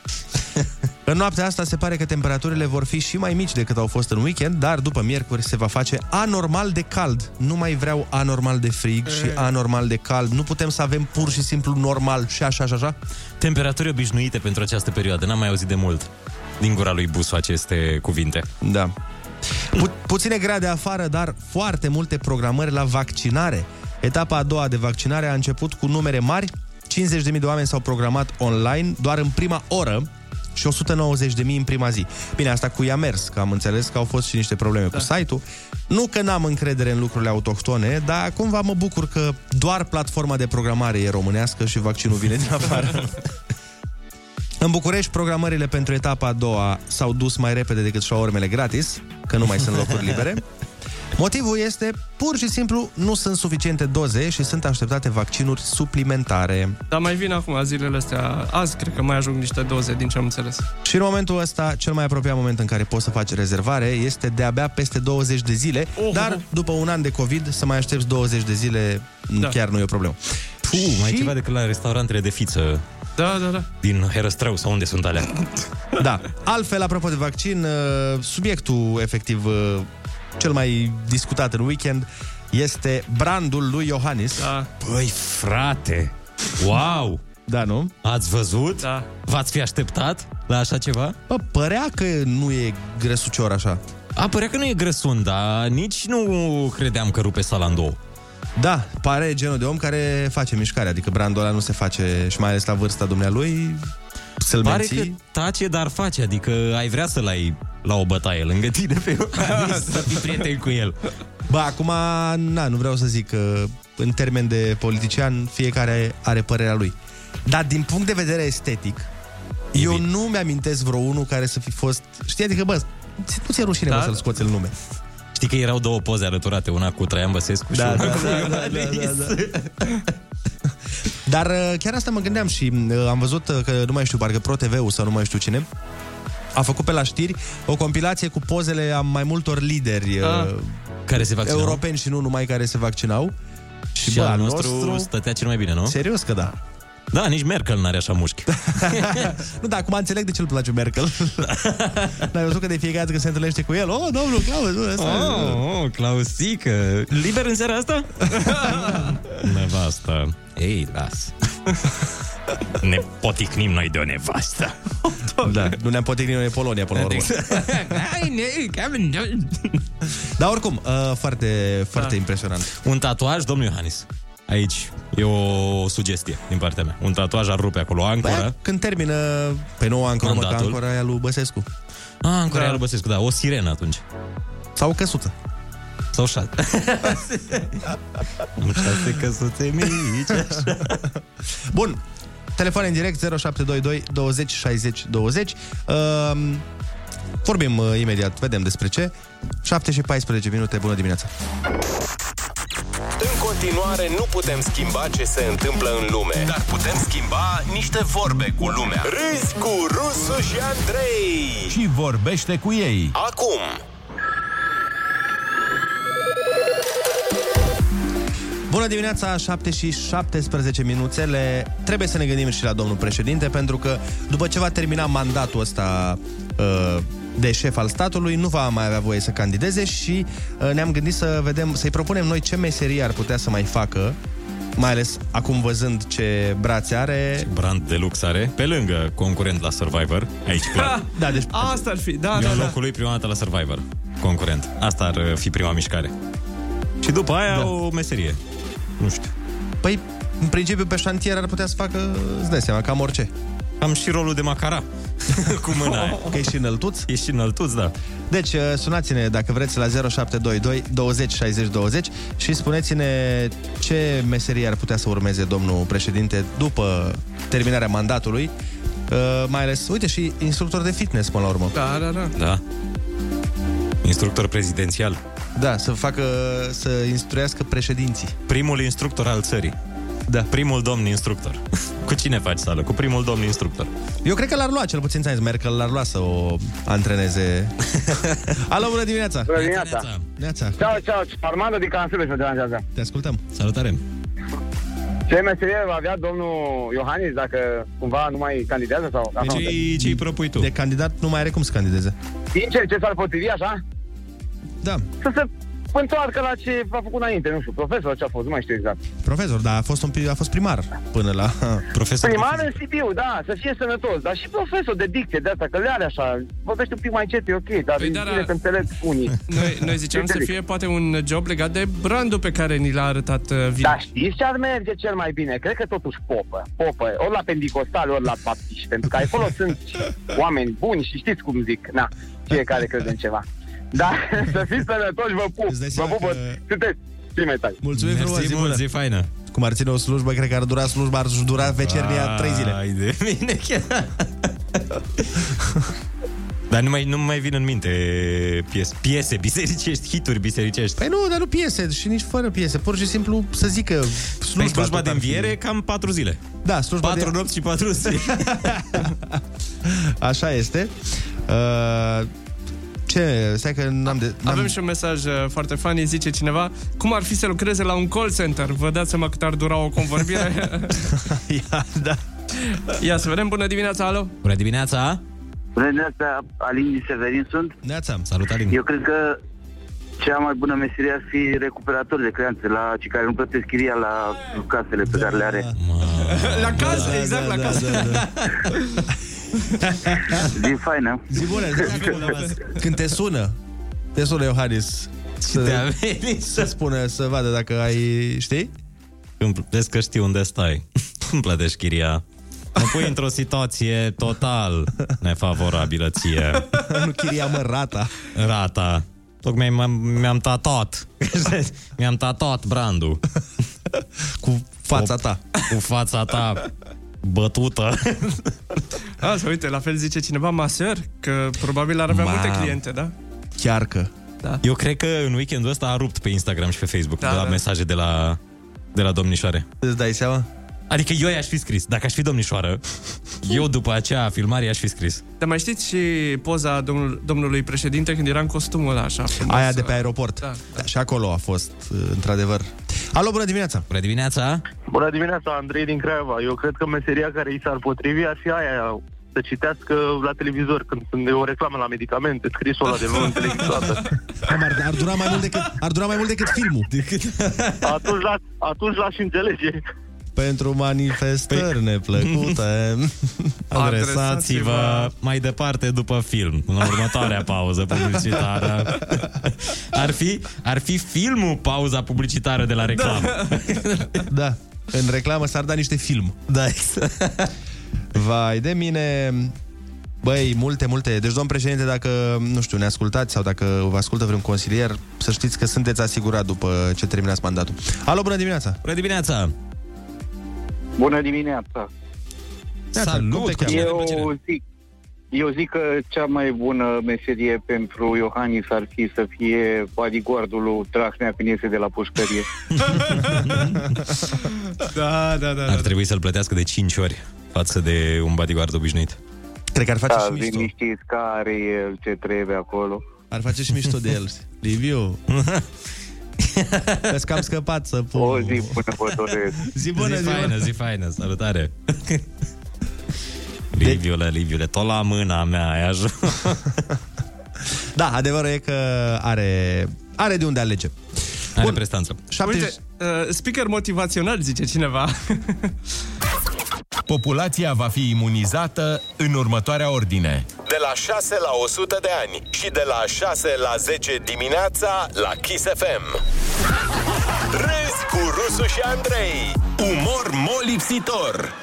[SPEAKER 7] În noaptea asta se pare că temperaturile vor fi și mai mici decât au fost în weekend, dar după miercuri se va face anormal de cald. Nu mai vreau anormal de frig și anormal de cald. Nu putem să avem pur și simplu normal și așa și așa.
[SPEAKER 10] Temperaturi obișnuite pentru această perioadă, n-am mai auzit de mult din gura lui Busu aceste cuvinte.
[SPEAKER 7] Da. Pu- puține grade afară, dar foarte multe programări la vaccinare. Etapa a doua de vaccinare a început cu numere mari. 50.000 de oameni s-au programat online doar în prima oră și 190.000 în prima zi. Bine, asta cu i-a mers, că am înțeles că au fost și niște probleme da. cu site-ul. Nu că n-am încredere în lucrurile autohtone, dar cumva mă bucur că doar platforma de programare e românească și vaccinul vine din afară. În București, programările pentru etapa a doua s-au dus mai repede decât șaormele gratis, că nu mai sunt locuri libere. Motivul este, pur și simplu, nu sunt suficiente doze și sunt așteptate vaccinuri suplimentare.
[SPEAKER 9] Dar mai vin acum zilele astea. Azi cred că mai ajung niște doze din ce am înțeles.
[SPEAKER 7] Și în momentul ăsta, cel mai apropiat moment în care poți să faci rezervare este de-abia peste 20 de zile, oh, dar după un an de COVID să mai aștepți 20 de zile da. chiar nu e o problemă.
[SPEAKER 10] Puh, mai și... ceva decât la restaurantele de fiță
[SPEAKER 9] Da, da, da.
[SPEAKER 10] din Herăstrău sau unde sunt alea.
[SPEAKER 7] Da. Altfel, apropo de vaccin, uh, subiectul efectiv uh, cel mai discutat în weekend este brandul lui Iohannis. Da.
[SPEAKER 10] Băi, frate! Wow!
[SPEAKER 7] Da, nu?
[SPEAKER 10] Ați văzut? Da. V-ați fi așteptat la așa ceva?
[SPEAKER 7] Bă, părea că nu e grăsucior așa.
[SPEAKER 10] A, părea că nu e grăsun, dar nici nu credeam că rupe sala în două.
[SPEAKER 7] Da, pare genul de om care face mișcare, adică brandul ăla nu se face și mai ales la vârsta dumnealui să-l
[SPEAKER 10] Pare
[SPEAKER 7] menții.
[SPEAKER 10] că tace, dar face, adică ai vrea să-l ai la o bătaie lângă tine pe Iohannis, să fii prieten cu el.
[SPEAKER 7] Bă, acum, na, nu vreau să zic că în termen de politician, fiecare are părerea lui. Dar din punct de vedere estetic, eu nu mi-amintesc vreo unul care să fi fost... Știi, adică, bă, ți- nu ți-e rușine da? să-l scoți în lume.
[SPEAKER 10] Știi că erau două poze alăturate, una cu Traian Băsescu și
[SPEAKER 7] Da,
[SPEAKER 10] una
[SPEAKER 7] da,
[SPEAKER 10] cu
[SPEAKER 7] da, da,
[SPEAKER 10] Iohannis.
[SPEAKER 7] da, Dar uh, chiar asta mă gândeam și uh, am văzut uh, că, nu mai știu, parcă Pro TV-ul sau nu mai știu cine, a făcut pe la știri o compilație cu pozele a mai multor lideri
[SPEAKER 10] Ah.
[SPEAKER 7] uh,
[SPEAKER 10] Care se vaccinau.
[SPEAKER 7] europeni și nu numai care se vaccinau.
[SPEAKER 10] Și, și
[SPEAKER 7] bă,
[SPEAKER 10] al
[SPEAKER 7] al
[SPEAKER 10] nostru,
[SPEAKER 7] nostru
[SPEAKER 10] stătea cel mai bine, nu?
[SPEAKER 7] Serios că da.
[SPEAKER 10] Da, nici Merkel n-are așa mușchi.
[SPEAKER 7] nu, dar acum înțeleg de ce îl place Merkel. dar eu zic că de fiecare dată când se întâlnește cu el, oh, domnul Claus, nu, asta...
[SPEAKER 10] Oh, oh, Clausică. Liber în seara asta? Nevasta. Ei, las. ne poticnim noi de o nevastă. Exact.
[SPEAKER 7] da, nu ne-am poticnit noi de Polonia, până la urmă. Dar oricum, uh, foarte, foarte da. impresionant.
[SPEAKER 10] Un tatuaj, domnul Iohannis. Aici e o sugestie din partea mea. Un tatuaj ar rupe acolo ancora.
[SPEAKER 7] Bă, când termină pe nouă ancoră, mă, că
[SPEAKER 10] Mandatul.
[SPEAKER 7] ancora aia lui Băsescu.
[SPEAKER 10] Ah, ancora
[SPEAKER 7] Da.
[SPEAKER 10] da. Băsescu, da, o sirenă atunci.
[SPEAKER 7] Sau o căsuță.
[SPEAKER 10] Sau șat. șase căsuțe mici, așa.
[SPEAKER 7] Bun, telefon în direct 0722 20 60 20. Uh, vorbim uh, imediat, vedem despre ce. 7 și 14 minute, bună dimineața.
[SPEAKER 6] În continuare, nu putem schimba ce se întâmplă în lume, dar putem schimba niște vorbe cu lumea. Râzi cu Rusu și Andrei.
[SPEAKER 7] Și vorbește cu ei.
[SPEAKER 6] Acum,
[SPEAKER 7] Bună dimineața, 7 și 17 minuțele. Trebuie să ne gândim și la domnul președinte, pentru că după ce va termina mandatul ăsta uh, de șef al statului, nu va mai avea voie să candideze și uh, ne-am gândit să vedem, să-i propunem noi ce meserie ar putea să mai facă, mai ales acum văzând ce brațe are.
[SPEAKER 10] Brand de lux are, pe lângă concurent la Survivor, aici clar.
[SPEAKER 7] Da, deci...
[SPEAKER 9] Asta ar fi, da,
[SPEAKER 10] Eu
[SPEAKER 9] da,
[SPEAKER 10] în
[SPEAKER 9] da.
[SPEAKER 10] locul lui prima dată la Survivor, concurent. Asta ar uh, fi prima mișcare. Și după aia da. o meserie. Nu știu.
[SPEAKER 7] Păi, în principiu, pe șantier ar putea să facă, îți dai seama, cam orice.
[SPEAKER 10] Am și rolul de macara cu mâna aia.
[SPEAKER 7] Că e și înăltuț?
[SPEAKER 10] E și înăltuț, da.
[SPEAKER 7] Deci, uh, sunați-ne dacă vreți la 0722 20 60 20 și spuneți-ne ce meserie ar putea să urmeze domnul președinte după terminarea mandatului. Uh, mai ales, uite, și instructor de fitness până la urmă.
[SPEAKER 9] Da, da, da.
[SPEAKER 10] Da. Instructor prezidențial.
[SPEAKER 7] Da, să facă, să instruiască președinții.
[SPEAKER 10] Primul instructor al țării.
[SPEAKER 7] Da.
[SPEAKER 10] Primul domn instructor. Cu cine faci sală? Cu primul domn instructor.
[SPEAKER 7] Eu cred că l-ar lua, cel puțin ți-am zis, Merkel l-ar lua să o antreneze. Alo, bună dimineața!
[SPEAKER 16] Bună dimineața!
[SPEAKER 7] Neața,
[SPEAKER 16] Ceau, ceau, Armando din Cansilveș mă deranjează.
[SPEAKER 7] te ascultăm.
[SPEAKER 10] Salutare!
[SPEAKER 16] Ce meserie va avea domnul Iohannis dacă cumva nu mai candidează
[SPEAKER 7] Da.
[SPEAKER 16] sau...
[SPEAKER 7] Deci-
[SPEAKER 10] Ce îi propui tu?
[SPEAKER 7] Mm. De candidat nu mai are cum să candideze.
[SPEAKER 16] Sincer, ce s-ar potrivi așa?
[SPEAKER 7] Da.
[SPEAKER 16] Să se întoarcă la ce a făcut înainte, nu știu, profesor ce a fost, nu mai știu exact.
[SPEAKER 7] Profesor, da, a fost, un, pi- a fost primar până la...
[SPEAKER 10] Profesor
[SPEAKER 16] Primar în Sibiu, da, să fie sănătos, dar și profesor de dicție de asta, că le are așa, vorbește un pic mai încet, e ok, dar
[SPEAKER 9] Păi,
[SPEAKER 16] păi,
[SPEAKER 9] dar-
[SPEAKER 16] bine da, că înțeleg unii.
[SPEAKER 9] Noi, noi ziceam să
[SPEAKER 16] Înțeleg.
[SPEAKER 9] fie poate un job legat de brandul pe care ni l-a arătat uh, vin.
[SPEAKER 16] Da, știți ce ar merge cel mai bine? Cred că totuși popă. Popă, ori la pentecostali, ori la baptiști, pentru că acolo sunt și oameni buni și știți cum zic. Na, fiecare crede în ceva. Da, să fiți sănătoși, vă pup, vă pup, că... sunteți cei mai tari.
[SPEAKER 7] Mulțumim frumos, zi bună.
[SPEAKER 10] zi faină.
[SPEAKER 7] Cum ar ține o slujbă, cred că ar dura slujba, ar dura vecernia
[SPEAKER 10] Vai
[SPEAKER 7] 3 zile.
[SPEAKER 10] de mine chiar. Dar nu mai, nu mai vin în minte piese, piese bisericești, hituri bisericești.
[SPEAKER 7] Păi nu, dar nu piese și nici fără piese. Pur și simplu să zică slujba.
[SPEAKER 10] Păi slujba
[SPEAKER 7] tot
[SPEAKER 10] de
[SPEAKER 7] ar fi.
[SPEAKER 10] înviere cam patru zile.
[SPEAKER 7] Da, slujba
[SPEAKER 10] Patru
[SPEAKER 7] de...
[SPEAKER 10] nopți și patru zile.
[SPEAKER 7] Așa este. Uh, ce? Stai că n-am de... N-am...
[SPEAKER 9] Avem și un mesaj uh, foarte funny, zice cineva Cum ar fi să lucreze la un call center? Vă dați seama cât ar dura o convorbire?
[SPEAKER 7] Ia, da.
[SPEAKER 9] Ia să vedem, bună dimineața, alo
[SPEAKER 10] Bună dimineața!
[SPEAKER 17] Bună dimineața, Alin din Severin sunt.
[SPEAKER 7] Neața,
[SPEAKER 10] salut Alin.
[SPEAKER 17] Eu cred că cea mai bună meserie ar fi recuperator de creanțe la cei care nu plătesc chiria la casele pe care le are.
[SPEAKER 9] La
[SPEAKER 10] Da,
[SPEAKER 9] caz, exact, la caz
[SPEAKER 17] Zi faină.
[SPEAKER 7] Zi bună, zi bună. Când te sună, te sună Iohannis. Să, să spună, să vadă dacă ai... Știi?
[SPEAKER 10] Îmi vezi că știu unde stai. Îmi plătești chiria. Mă pui într-o situație total nefavorabilă ție.
[SPEAKER 7] nu chiria, mă, rata.
[SPEAKER 10] Rata. Tocmai m-am, mi-am tatat. mi-am tatat brandul.
[SPEAKER 7] Cu fața ta.
[SPEAKER 10] Cu fața ta bătută.
[SPEAKER 9] Asta, uite, la fel zice cineva masăr Că probabil ar avea
[SPEAKER 10] Mamă.
[SPEAKER 9] multe cliente, da?
[SPEAKER 7] Chiar că.
[SPEAKER 9] Da.
[SPEAKER 10] Eu cred că în weekendul ăsta a rupt pe Instagram și pe Facebook
[SPEAKER 9] Da,
[SPEAKER 10] da, de la
[SPEAKER 9] da.
[SPEAKER 10] mesaje de la, de la domnișoare.
[SPEAKER 7] Îți dai seama?
[SPEAKER 10] Adică eu i-aș fi scris. Dacă aș fi domnișoară, eu după acea filmare i-aș fi scris.
[SPEAKER 9] Dar mai știți și poza domnul, domnului președinte când era în costumul ăla așa frumos?
[SPEAKER 7] Aia de pe aeroport. Da, da. Și acolo a fost, într-adevăr. Alo, bună uh, dimineața!
[SPEAKER 10] Bună dimineața!
[SPEAKER 17] Bună dimineața, Andrei din Craiova. Eu cred că meseria care i s-ar potrivi ar fi aia să citească la televizor când sunt de o reclamă la medicamente, scrisul ăla de nu înțeleg niciodată.
[SPEAKER 7] Cam ar, ar, dura mai mult decât, ar dura mai mult decât filmul.
[SPEAKER 17] Atunci, la, atunci l-aș înțelege.
[SPEAKER 7] Pentru manifestări neplăcute,
[SPEAKER 8] Adresați-vă mai departe după film, în următoarea pauză publicitară. Ar fi, ar fi filmul pauza publicitară de la reclamă.
[SPEAKER 7] Da. În reclamă s-ar da niște film. Da, exact. Vai de mine... Băi, multe, multe. Deci, domn președinte, dacă, nu știu, ne ascultați sau dacă vă ascultă vreun consilier, să știți că sunteți asigurat după ce terminați mandatul. Alo, bună dimineața!
[SPEAKER 8] Bună dimineața!
[SPEAKER 18] Bună dimineața!
[SPEAKER 7] Salut! Da, Cum te
[SPEAKER 18] Eu zic, eu zic că cea mai bună meserie pentru Iohannis ar fi să fie bodyguardul lui Drahnea când iese de la pușcărie.
[SPEAKER 8] Da, da, da.
[SPEAKER 10] Ar trebui să-l plătească de 5 ori față de un bodyguard obișnuit.
[SPEAKER 7] Cred că ar face
[SPEAKER 18] da,
[SPEAKER 7] și mișto.
[SPEAKER 18] liniștiți care e el, ce trebuie acolo.
[SPEAKER 7] Ar face și mișto de el. Liviu! Vezi că am scăpat să pun... O zi
[SPEAKER 18] bună, vă doresc.
[SPEAKER 7] Zi bună, zi,
[SPEAKER 8] zi
[SPEAKER 7] bună.
[SPEAKER 8] faină, zi faină, salutare! Liviule, Liviule, tot la mâna mea ai ajuns.
[SPEAKER 7] Da, adevărul e că are, are de unde alege.
[SPEAKER 10] Are Bun. prestanță.
[SPEAKER 7] 70...
[SPEAKER 9] Uite, uh, speaker motivațional, zice cineva.
[SPEAKER 6] Populația va fi imunizată în următoarea ordine.
[SPEAKER 19] De la 6 la 100 de ani și de la 6 la 10 dimineața la Kiss FM.
[SPEAKER 6] Râzi cu Rusu și Andrei. Umor molipsitor.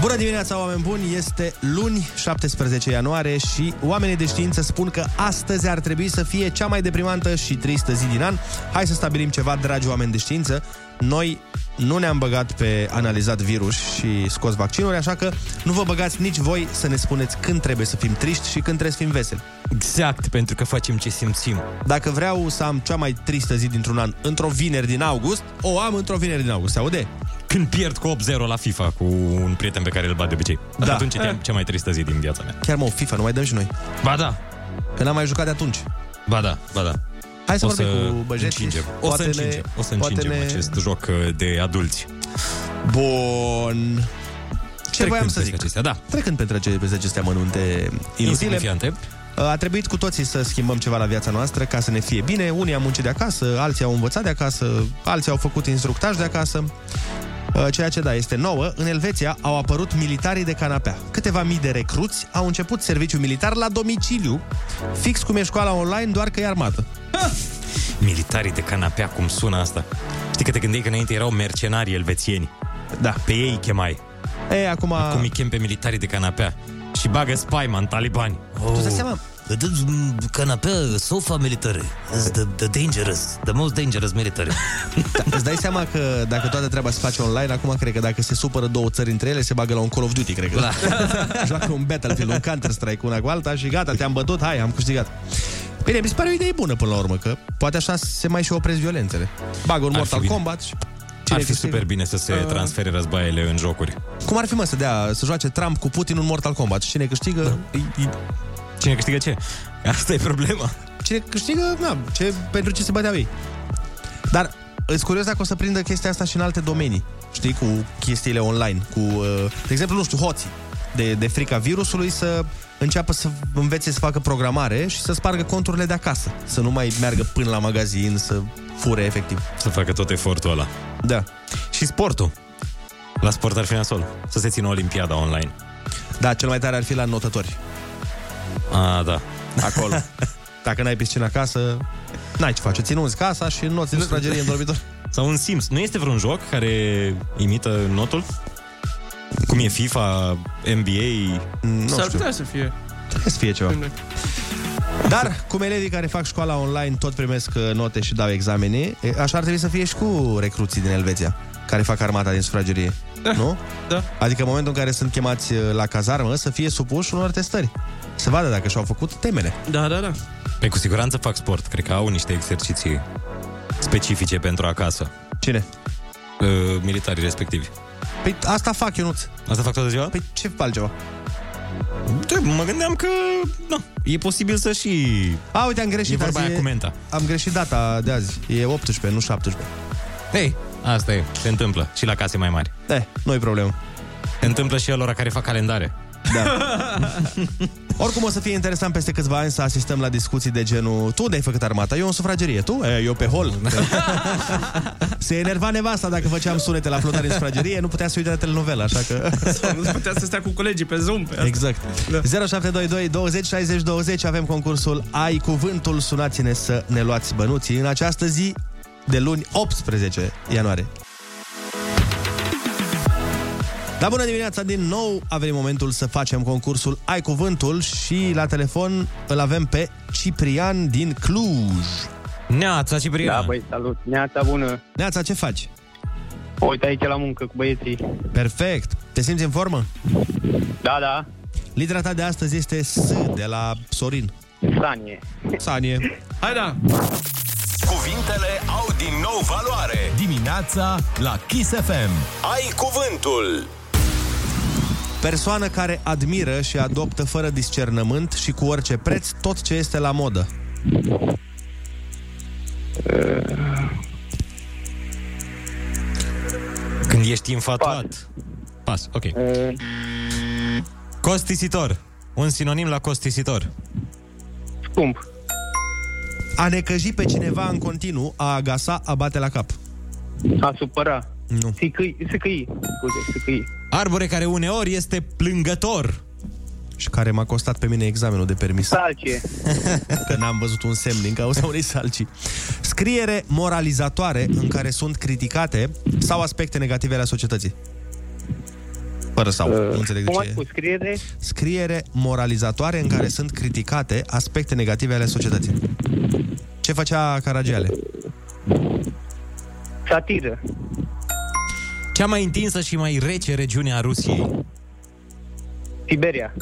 [SPEAKER 7] Bună dimineața, oameni buni! Este luni, 17 ianuarie și oamenii de știință spun că astăzi ar trebui să fie cea mai deprimantă și tristă zi din an. Hai să stabilim ceva, dragi oameni de știință. Noi nu ne-am băgat pe analizat virus și scos vaccinuri, așa că nu vă băgați nici voi să ne spuneți când trebuie să fim triști și când trebuie să fim veseli.
[SPEAKER 10] Exact, pentru că facem ce simțim.
[SPEAKER 7] Dacă vreau să am cea mai tristă zi dintr-un an într-o vineri din august, o am într-o vineri din august, se aude?
[SPEAKER 10] Când pierd cu 8-0 la FIFA cu un prieten pe care îl bat de obicei.
[SPEAKER 7] Da.
[SPEAKER 10] Da. Atunci e cea mai tristă zi din viața mea.
[SPEAKER 7] Chiar mă, FIFA, nu mai dăm și noi.
[SPEAKER 10] Ba da.
[SPEAKER 7] Că n-am mai jucat de atunci.
[SPEAKER 10] Ba da, ba da.
[SPEAKER 7] Hai să
[SPEAKER 10] o
[SPEAKER 7] vorbim
[SPEAKER 10] să
[SPEAKER 7] cu Băjeții.
[SPEAKER 10] Încingem. O
[SPEAKER 7] Poate
[SPEAKER 10] să
[SPEAKER 7] ne-
[SPEAKER 10] încingem. O să
[SPEAKER 7] poate
[SPEAKER 10] încingem
[SPEAKER 7] ne-
[SPEAKER 10] acest joc uh, de adulți.
[SPEAKER 7] Bun. Ce
[SPEAKER 10] Trecând
[SPEAKER 7] voiam să
[SPEAKER 10] peste
[SPEAKER 7] zic?
[SPEAKER 10] Acestea, da.
[SPEAKER 7] Trecând pentru ace- peste aceste amănunte inutile,
[SPEAKER 10] Insignifiante.
[SPEAKER 7] a trebuit cu toții să schimbăm ceva la viața noastră ca să ne fie bine. Unii au muncit de acasă, alții au învățat de acasă, alții au făcut instructaj de acasă. A, Ceea ce da, este nouă, în Elveția au apărut militarii de canapea. Câteva mii de recruți au început serviciu militar la domiciliu, fix cum e școala online, doar că e armată.
[SPEAKER 10] Militarii de canapea, cum sună asta? Știi că te gândeai că înainte erau mercenari elvețieni.
[SPEAKER 7] Da.
[SPEAKER 10] Pe ei îi chemai.
[SPEAKER 7] E, acum...
[SPEAKER 10] Acum îi chem pe militarii de canapea. Și bagă spaima în talibani.
[SPEAKER 20] Oh.
[SPEAKER 7] Tu dai seama?
[SPEAKER 20] Dă-ți m, canapea, sofa military. It's the, the dangerous, the most dangerous military.
[SPEAKER 7] Da, îți dai seama că dacă toată treaba se face online, acum cred că dacă se supără două țări între ele, se bagă la un Call of Duty, cred că.
[SPEAKER 20] Da.
[SPEAKER 7] Joacă un Battlefield, un Counter-Strike una cu alta și gata, te-am bătut, hai, am câștigat. Bine, mi se pare o idee bună până la urmă, că poate așa se mai și opresc violențele. Bagă un
[SPEAKER 10] Ar fi
[SPEAKER 7] Mortal
[SPEAKER 10] bine.
[SPEAKER 7] Kombat și...
[SPEAKER 10] Ar fi
[SPEAKER 7] câștigă?
[SPEAKER 10] super bine să se
[SPEAKER 7] Uh.
[SPEAKER 10] transfere războaiele în jocuri.
[SPEAKER 7] Cum ar fi, mă, să, dea, să joace Trump cu Putin un Mortal Kombat? Cine câștigă...
[SPEAKER 10] Da. Cine câștigă ce? Asta e problema.
[SPEAKER 7] Cine câștigă, na, ce, pentru ce se băteau ei. Dar îți curios dacă o să prindă chestia asta și în alte domenii. Știi, cu chestiile online, cu, uh, de exemplu, nu știu, hoții de, de frica virusului să înceapă să învețe să facă programare și să spargă conturile de acasă. Să nu mai meargă până la magazin, să fure efectiv.
[SPEAKER 10] Să facă tot efortul ăla.
[SPEAKER 7] Da.
[SPEAKER 10] Și sportul. La sport ar fi nasol. Să se țină Olimpiada online.
[SPEAKER 7] Da, cel mai tare ar fi la notători.
[SPEAKER 10] A, da.
[SPEAKER 7] Acolo. Dacă n-ai piscină acasă, n-ai ce face. Ținunți casa și noți în sufragerie în dormitor.
[SPEAKER 10] Sau un Sims. Nu este vreun joc care imită notul? Cum e FIFA, NBA?
[SPEAKER 7] Nu
[SPEAKER 9] S-ar putea să fie.
[SPEAKER 7] Trebuie să fie ceva. Dar cum elevii care fac școala online tot primesc uh, note și dau examene, e, așa ar trebui să fie și cu recruții din Elveția, care fac armata din sufragerie. Nu?
[SPEAKER 9] Da.
[SPEAKER 7] Adică în momentul în care sunt chemați uh, la cazarmă, să fie supuși unor testări. Să vadă dacă și-au făcut temele.
[SPEAKER 9] Da, da, da.
[SPEAKER 10] Pe Păi, cu siguranță fac sport. Cred că au niște exerciții specifice pentru acasă.
[SPEAKER 7] Cine?
[SPEAKER 10] Uh, militarii respectivi.
[SPEAKER 7] Păi asta fac, Ionuț.
[SPEAKER 10] Asta fac toată ziua?
[SPEAKER 7] Păi ce altceva?
[SPEAKER 10] Da, mă gândeam că nu, e posibil să și...
[SPEAKER 7] A, uite, am greșit.
[SPEAKER 10] E vorba
[SPEAKER 7] azi
[SPEAKER 10] aia cu menta.
[SPEAKER 7] Am greșit data de azi. E 18, nu 17.
[SPEAKER 10] Ei, asta e, se întâmplă și la case mai mari.
[SPEAKER 7] Da, nu-i problemă. Da.
[SPEAKER 10] Se întâmplă și elora care fac calendare.
[SPEAKER 7] Oricum o să fie interesant peste câțiva ani să asistăm la discuții de genul Tu de-ai făcut armata, eu în sufragerie, tu? E, eu pe hol Se enerva nevasta dacă făceam sunete la flotare în sufragerie Nu putea să uite la telenovelă, așa că
[SPEAKER 9] Sau nu putea să stea cu colegii pe Zoom pe asta.
[SPEAKER 7] Exact. 0722 20 60 20 Avem concursul Ai cuvântul, sunați-ne să ne luați bănuții În această zi de luni 18 ianuarie la Da, bună dimineața din nou a venit momentul să facem concursul Ai Cuvântul și la telefon îl avem pe Ciprian din Cluj.
[SPEAKER 10] Neața, Ciprian.
[SPEAKER 7] Da,
[SPEAKER 21] băi, salut. Neața, bună.
[SPEAKER 7] Neața, ce faci?
[SPEAKER 21] Uite aici la muncă cu băieții.
[SPEAKER 7] Perfect. Te simți în formă?
[SPEAKER 21] Da, da.
[SPEAKER 7] Litera ta de astăzi este S de la Sorin.
[SPEAKER 21] Sanie.
[SPEAKER 7] Sanie.
[SPEAKER 9] Hai da!
[SPEAKER 19] Cuvintele au din nou valoare.
[SPEAKER 6] Dimineața la Kiss FM.
[SPEAKER 19] Ai cuvântul.
[SPEAKER 7] Persoană care admiră și adoptă fără discernământ și cu orice preț tot ce este la modă.
[SPEAKER 10] Când ești infatuat. Pas, Pas ok. Costisitor. Un sinonim la costisitor.
[SPEAKER 21] Scump.
[SPEAKER 7] A necăji pe cineva în continuu, a agasa, a bate la cap.
[SPEAKER 21] A supăra.
[SPEAKER 7] Nu.
[SPEAKER 21] Sicăi, sicăi. Scuze, sicăi.
[SPEAKER 10] Arbore care uneori este plângător.
[SPEAKER 7] Și care m-a costat pe mine examenul de permis.
[SPEAKER 21] Salcie.
[SPEAKER 7] Că n-am văzut un semn din cauza unei salcii. Scriere moralizatoare în care sunt criticate sau aspecte negative ale societății. Fără sau, nu înțeleg de
[SPEAKER 21] Cum ai
[SPEAKER 7] ce.
[SPEAKER 21] spus,
[SPEAKER 7] e.
[SPEAKER 21] scriere?
[SPEAKER 7] Scriere moralizatoare în care sunt criticate aspecte negative ale societății. Ce făcea Caragiale?
[SPEAKER 21] Satiră.
[SPEAKER 10] Cea mai întinsă și mai rece regiune a Rusiei.
[SPEAKER 21] Siberia.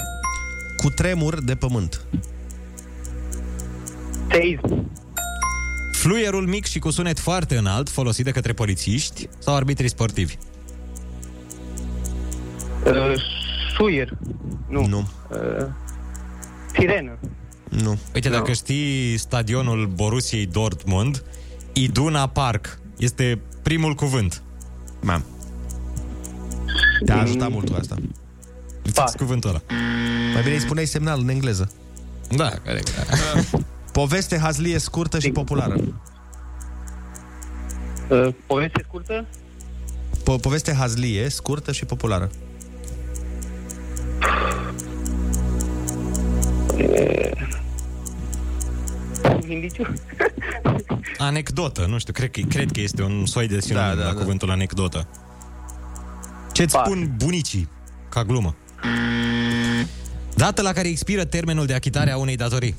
[SPEAKER 7] Cu tremur de pământ.
[SPEAKER 21] Seism.
[SPEAKER 10] Fluierul mic și cu sunet foarte înalt folosit de către polițiști sau arbitrii sportivi.
[SPEAKER 21] Uh, suier. Nu.
[SPEAKER 7] Nu.
[SPEAKER 21] Uh, sirenă.
[SPEAKER 7] Nu.
[SPEAKER 10] Uite, dacă știi stadionul Borussiei Dortmund, Iduna Park este primul cuvânt.
[SPEAKER 7] Mam. Te-a ajutat mult cu asta.
[SPEAKER 10] Fix cuvântul ăla.
[SPEAKER 7] Mai bine îi spuneai semnal în engleză.
[SPEAKER 10] Da, corect. da.
[SPEAKER 7] Poveste hazlie scurtă și populară.
[SPEAKER 21] Uh, poveste scurtă?
[SPEAKER 7] Po- poveste hazlie scurtă și populară.
[SPEAKER 21] Indiciu?
[SPEAKER 10] Anecdotă, nu știu, cred că, cred că este un soi de sinonim da, da, la da. cuvântul anecdotă. Ce-ți spun bunicii, ca glumă. Dată la care expiră termenul de achitare a unei datorii.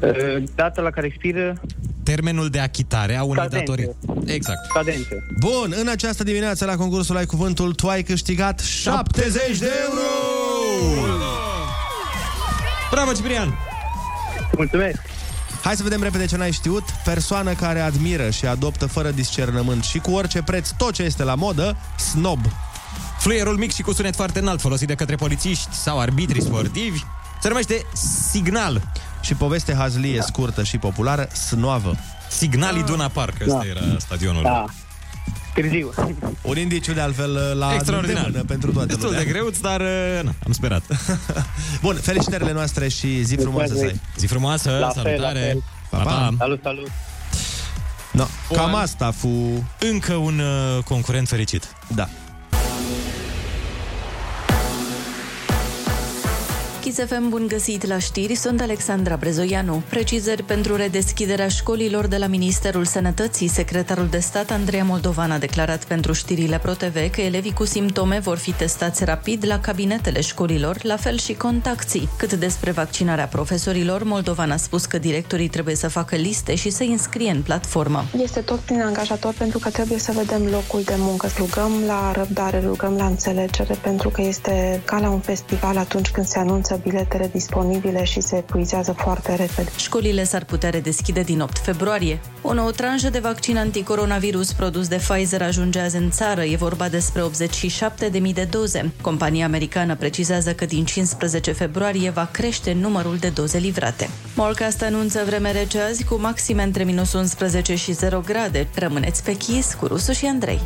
[SPEAKER 21] Uh, data la care expiră
[SPEAKER 10] Termenul de achitare a unei
[SPEAKER 21] Cadențe.
[SPEAKER 10] datorii. Exact.
[SPEAKER 21] cadență.
[SPEAKER 7] Bun, în această dimineață la concursul Ai Cuvântul, tu ai câștigat 70 de euro!
[SPEAKER 10] Bravo, Ciprian!
[SPEAKER 21] Mulțumesc!
[SPEAKER 7] Hai să vedem repede ce n-ai știut. Persoană care admiră și adoptă fără discernământ și cu orice preț tot ce este la modă, snob.
[SPEAKER 10] Fluierul mic și cu sunet foarte înalt folosit de către polițiști sau arbitri sportivi se numește signal.
[SPEAKER 7] Și poveste hazlie da. scurtă și populară, snoavă.
[SPEAKER 10] Signalii Duna Park, ăsta
[SPEAKER 7] Da.
[SPEAKER 10] era stadionul.
[SPEAKER 7] Da.
[SPEAKER 21] Târziu.
[SPEAKER 7] Un indiciu de altfel la
[SPEAKER 10] Extraordinar.
[SPEAKER 7] îndemână pentru toată
[SPEAKER 10] Destul
[SPEAKER 7] lumea.
[SPEAKER 10] de greu, dar uh, na, am sperat.
[SPEAKER 7] Bun, felicitările noastre și zi frumoasă să ai.
[SPEAKER 10] Zi frumoasă,
[SPEAKER 7] La fel,
[SPEAKER 10] salutare.
[SPEAKER 7] la fel.
[SPEAKER 10] Pa,
[SPEAKER 7] Pa,
[SPEAKER 10] pa.
[SPEAKER 7] pa.
[SPEAKER 21] Salut, salut!
[SPEAKER 7] No, Da, cam asta fu...
[SPEAKER 10] Încă un uh, concurent fericit.
[SPEAKER 7] Da.
[SPEAKER 12] Chisefem, bun găsit la știri, sunt Alexandra Brezoianu. Precizări pentru redeschiderea școlilor de la Ministerul Sănătății. Secretarul de stat Andreea Moldovan a declarat pentru știrile ProTV că elevii cu simptome vor fi testați rapid la cabinetele școlilor, la fel și contacții. Cât despre vaccinarea profesorilor, Moldovan a spus că directorii trebuie să facă liste și să înscrie în platformă.
[SPEAKER 3] Este tot prin angajator pentru că trebuie să vedem locul de muncă. Rugăm la răbdare, rugăm la înțelegere pentru că este ca la un festival atunci când se anunță biletele disponibile și se epuizează foarte repede.
[SPEAKER 12] Școlile s-ar putea redeschide din 8 februarie. O nouă tranșă de vaccin anticoronavirus produs de Pfizer ajunge azi în țară. E vorba despre 87.000 de doze. Compania americană precizează că din 15 februarie va crește numărul de doze livrate. Morcast anunță vreme rece azi cu maxime între minus 11 și 0 grade. Rămâneți pe chis cu Rusu și Andrei.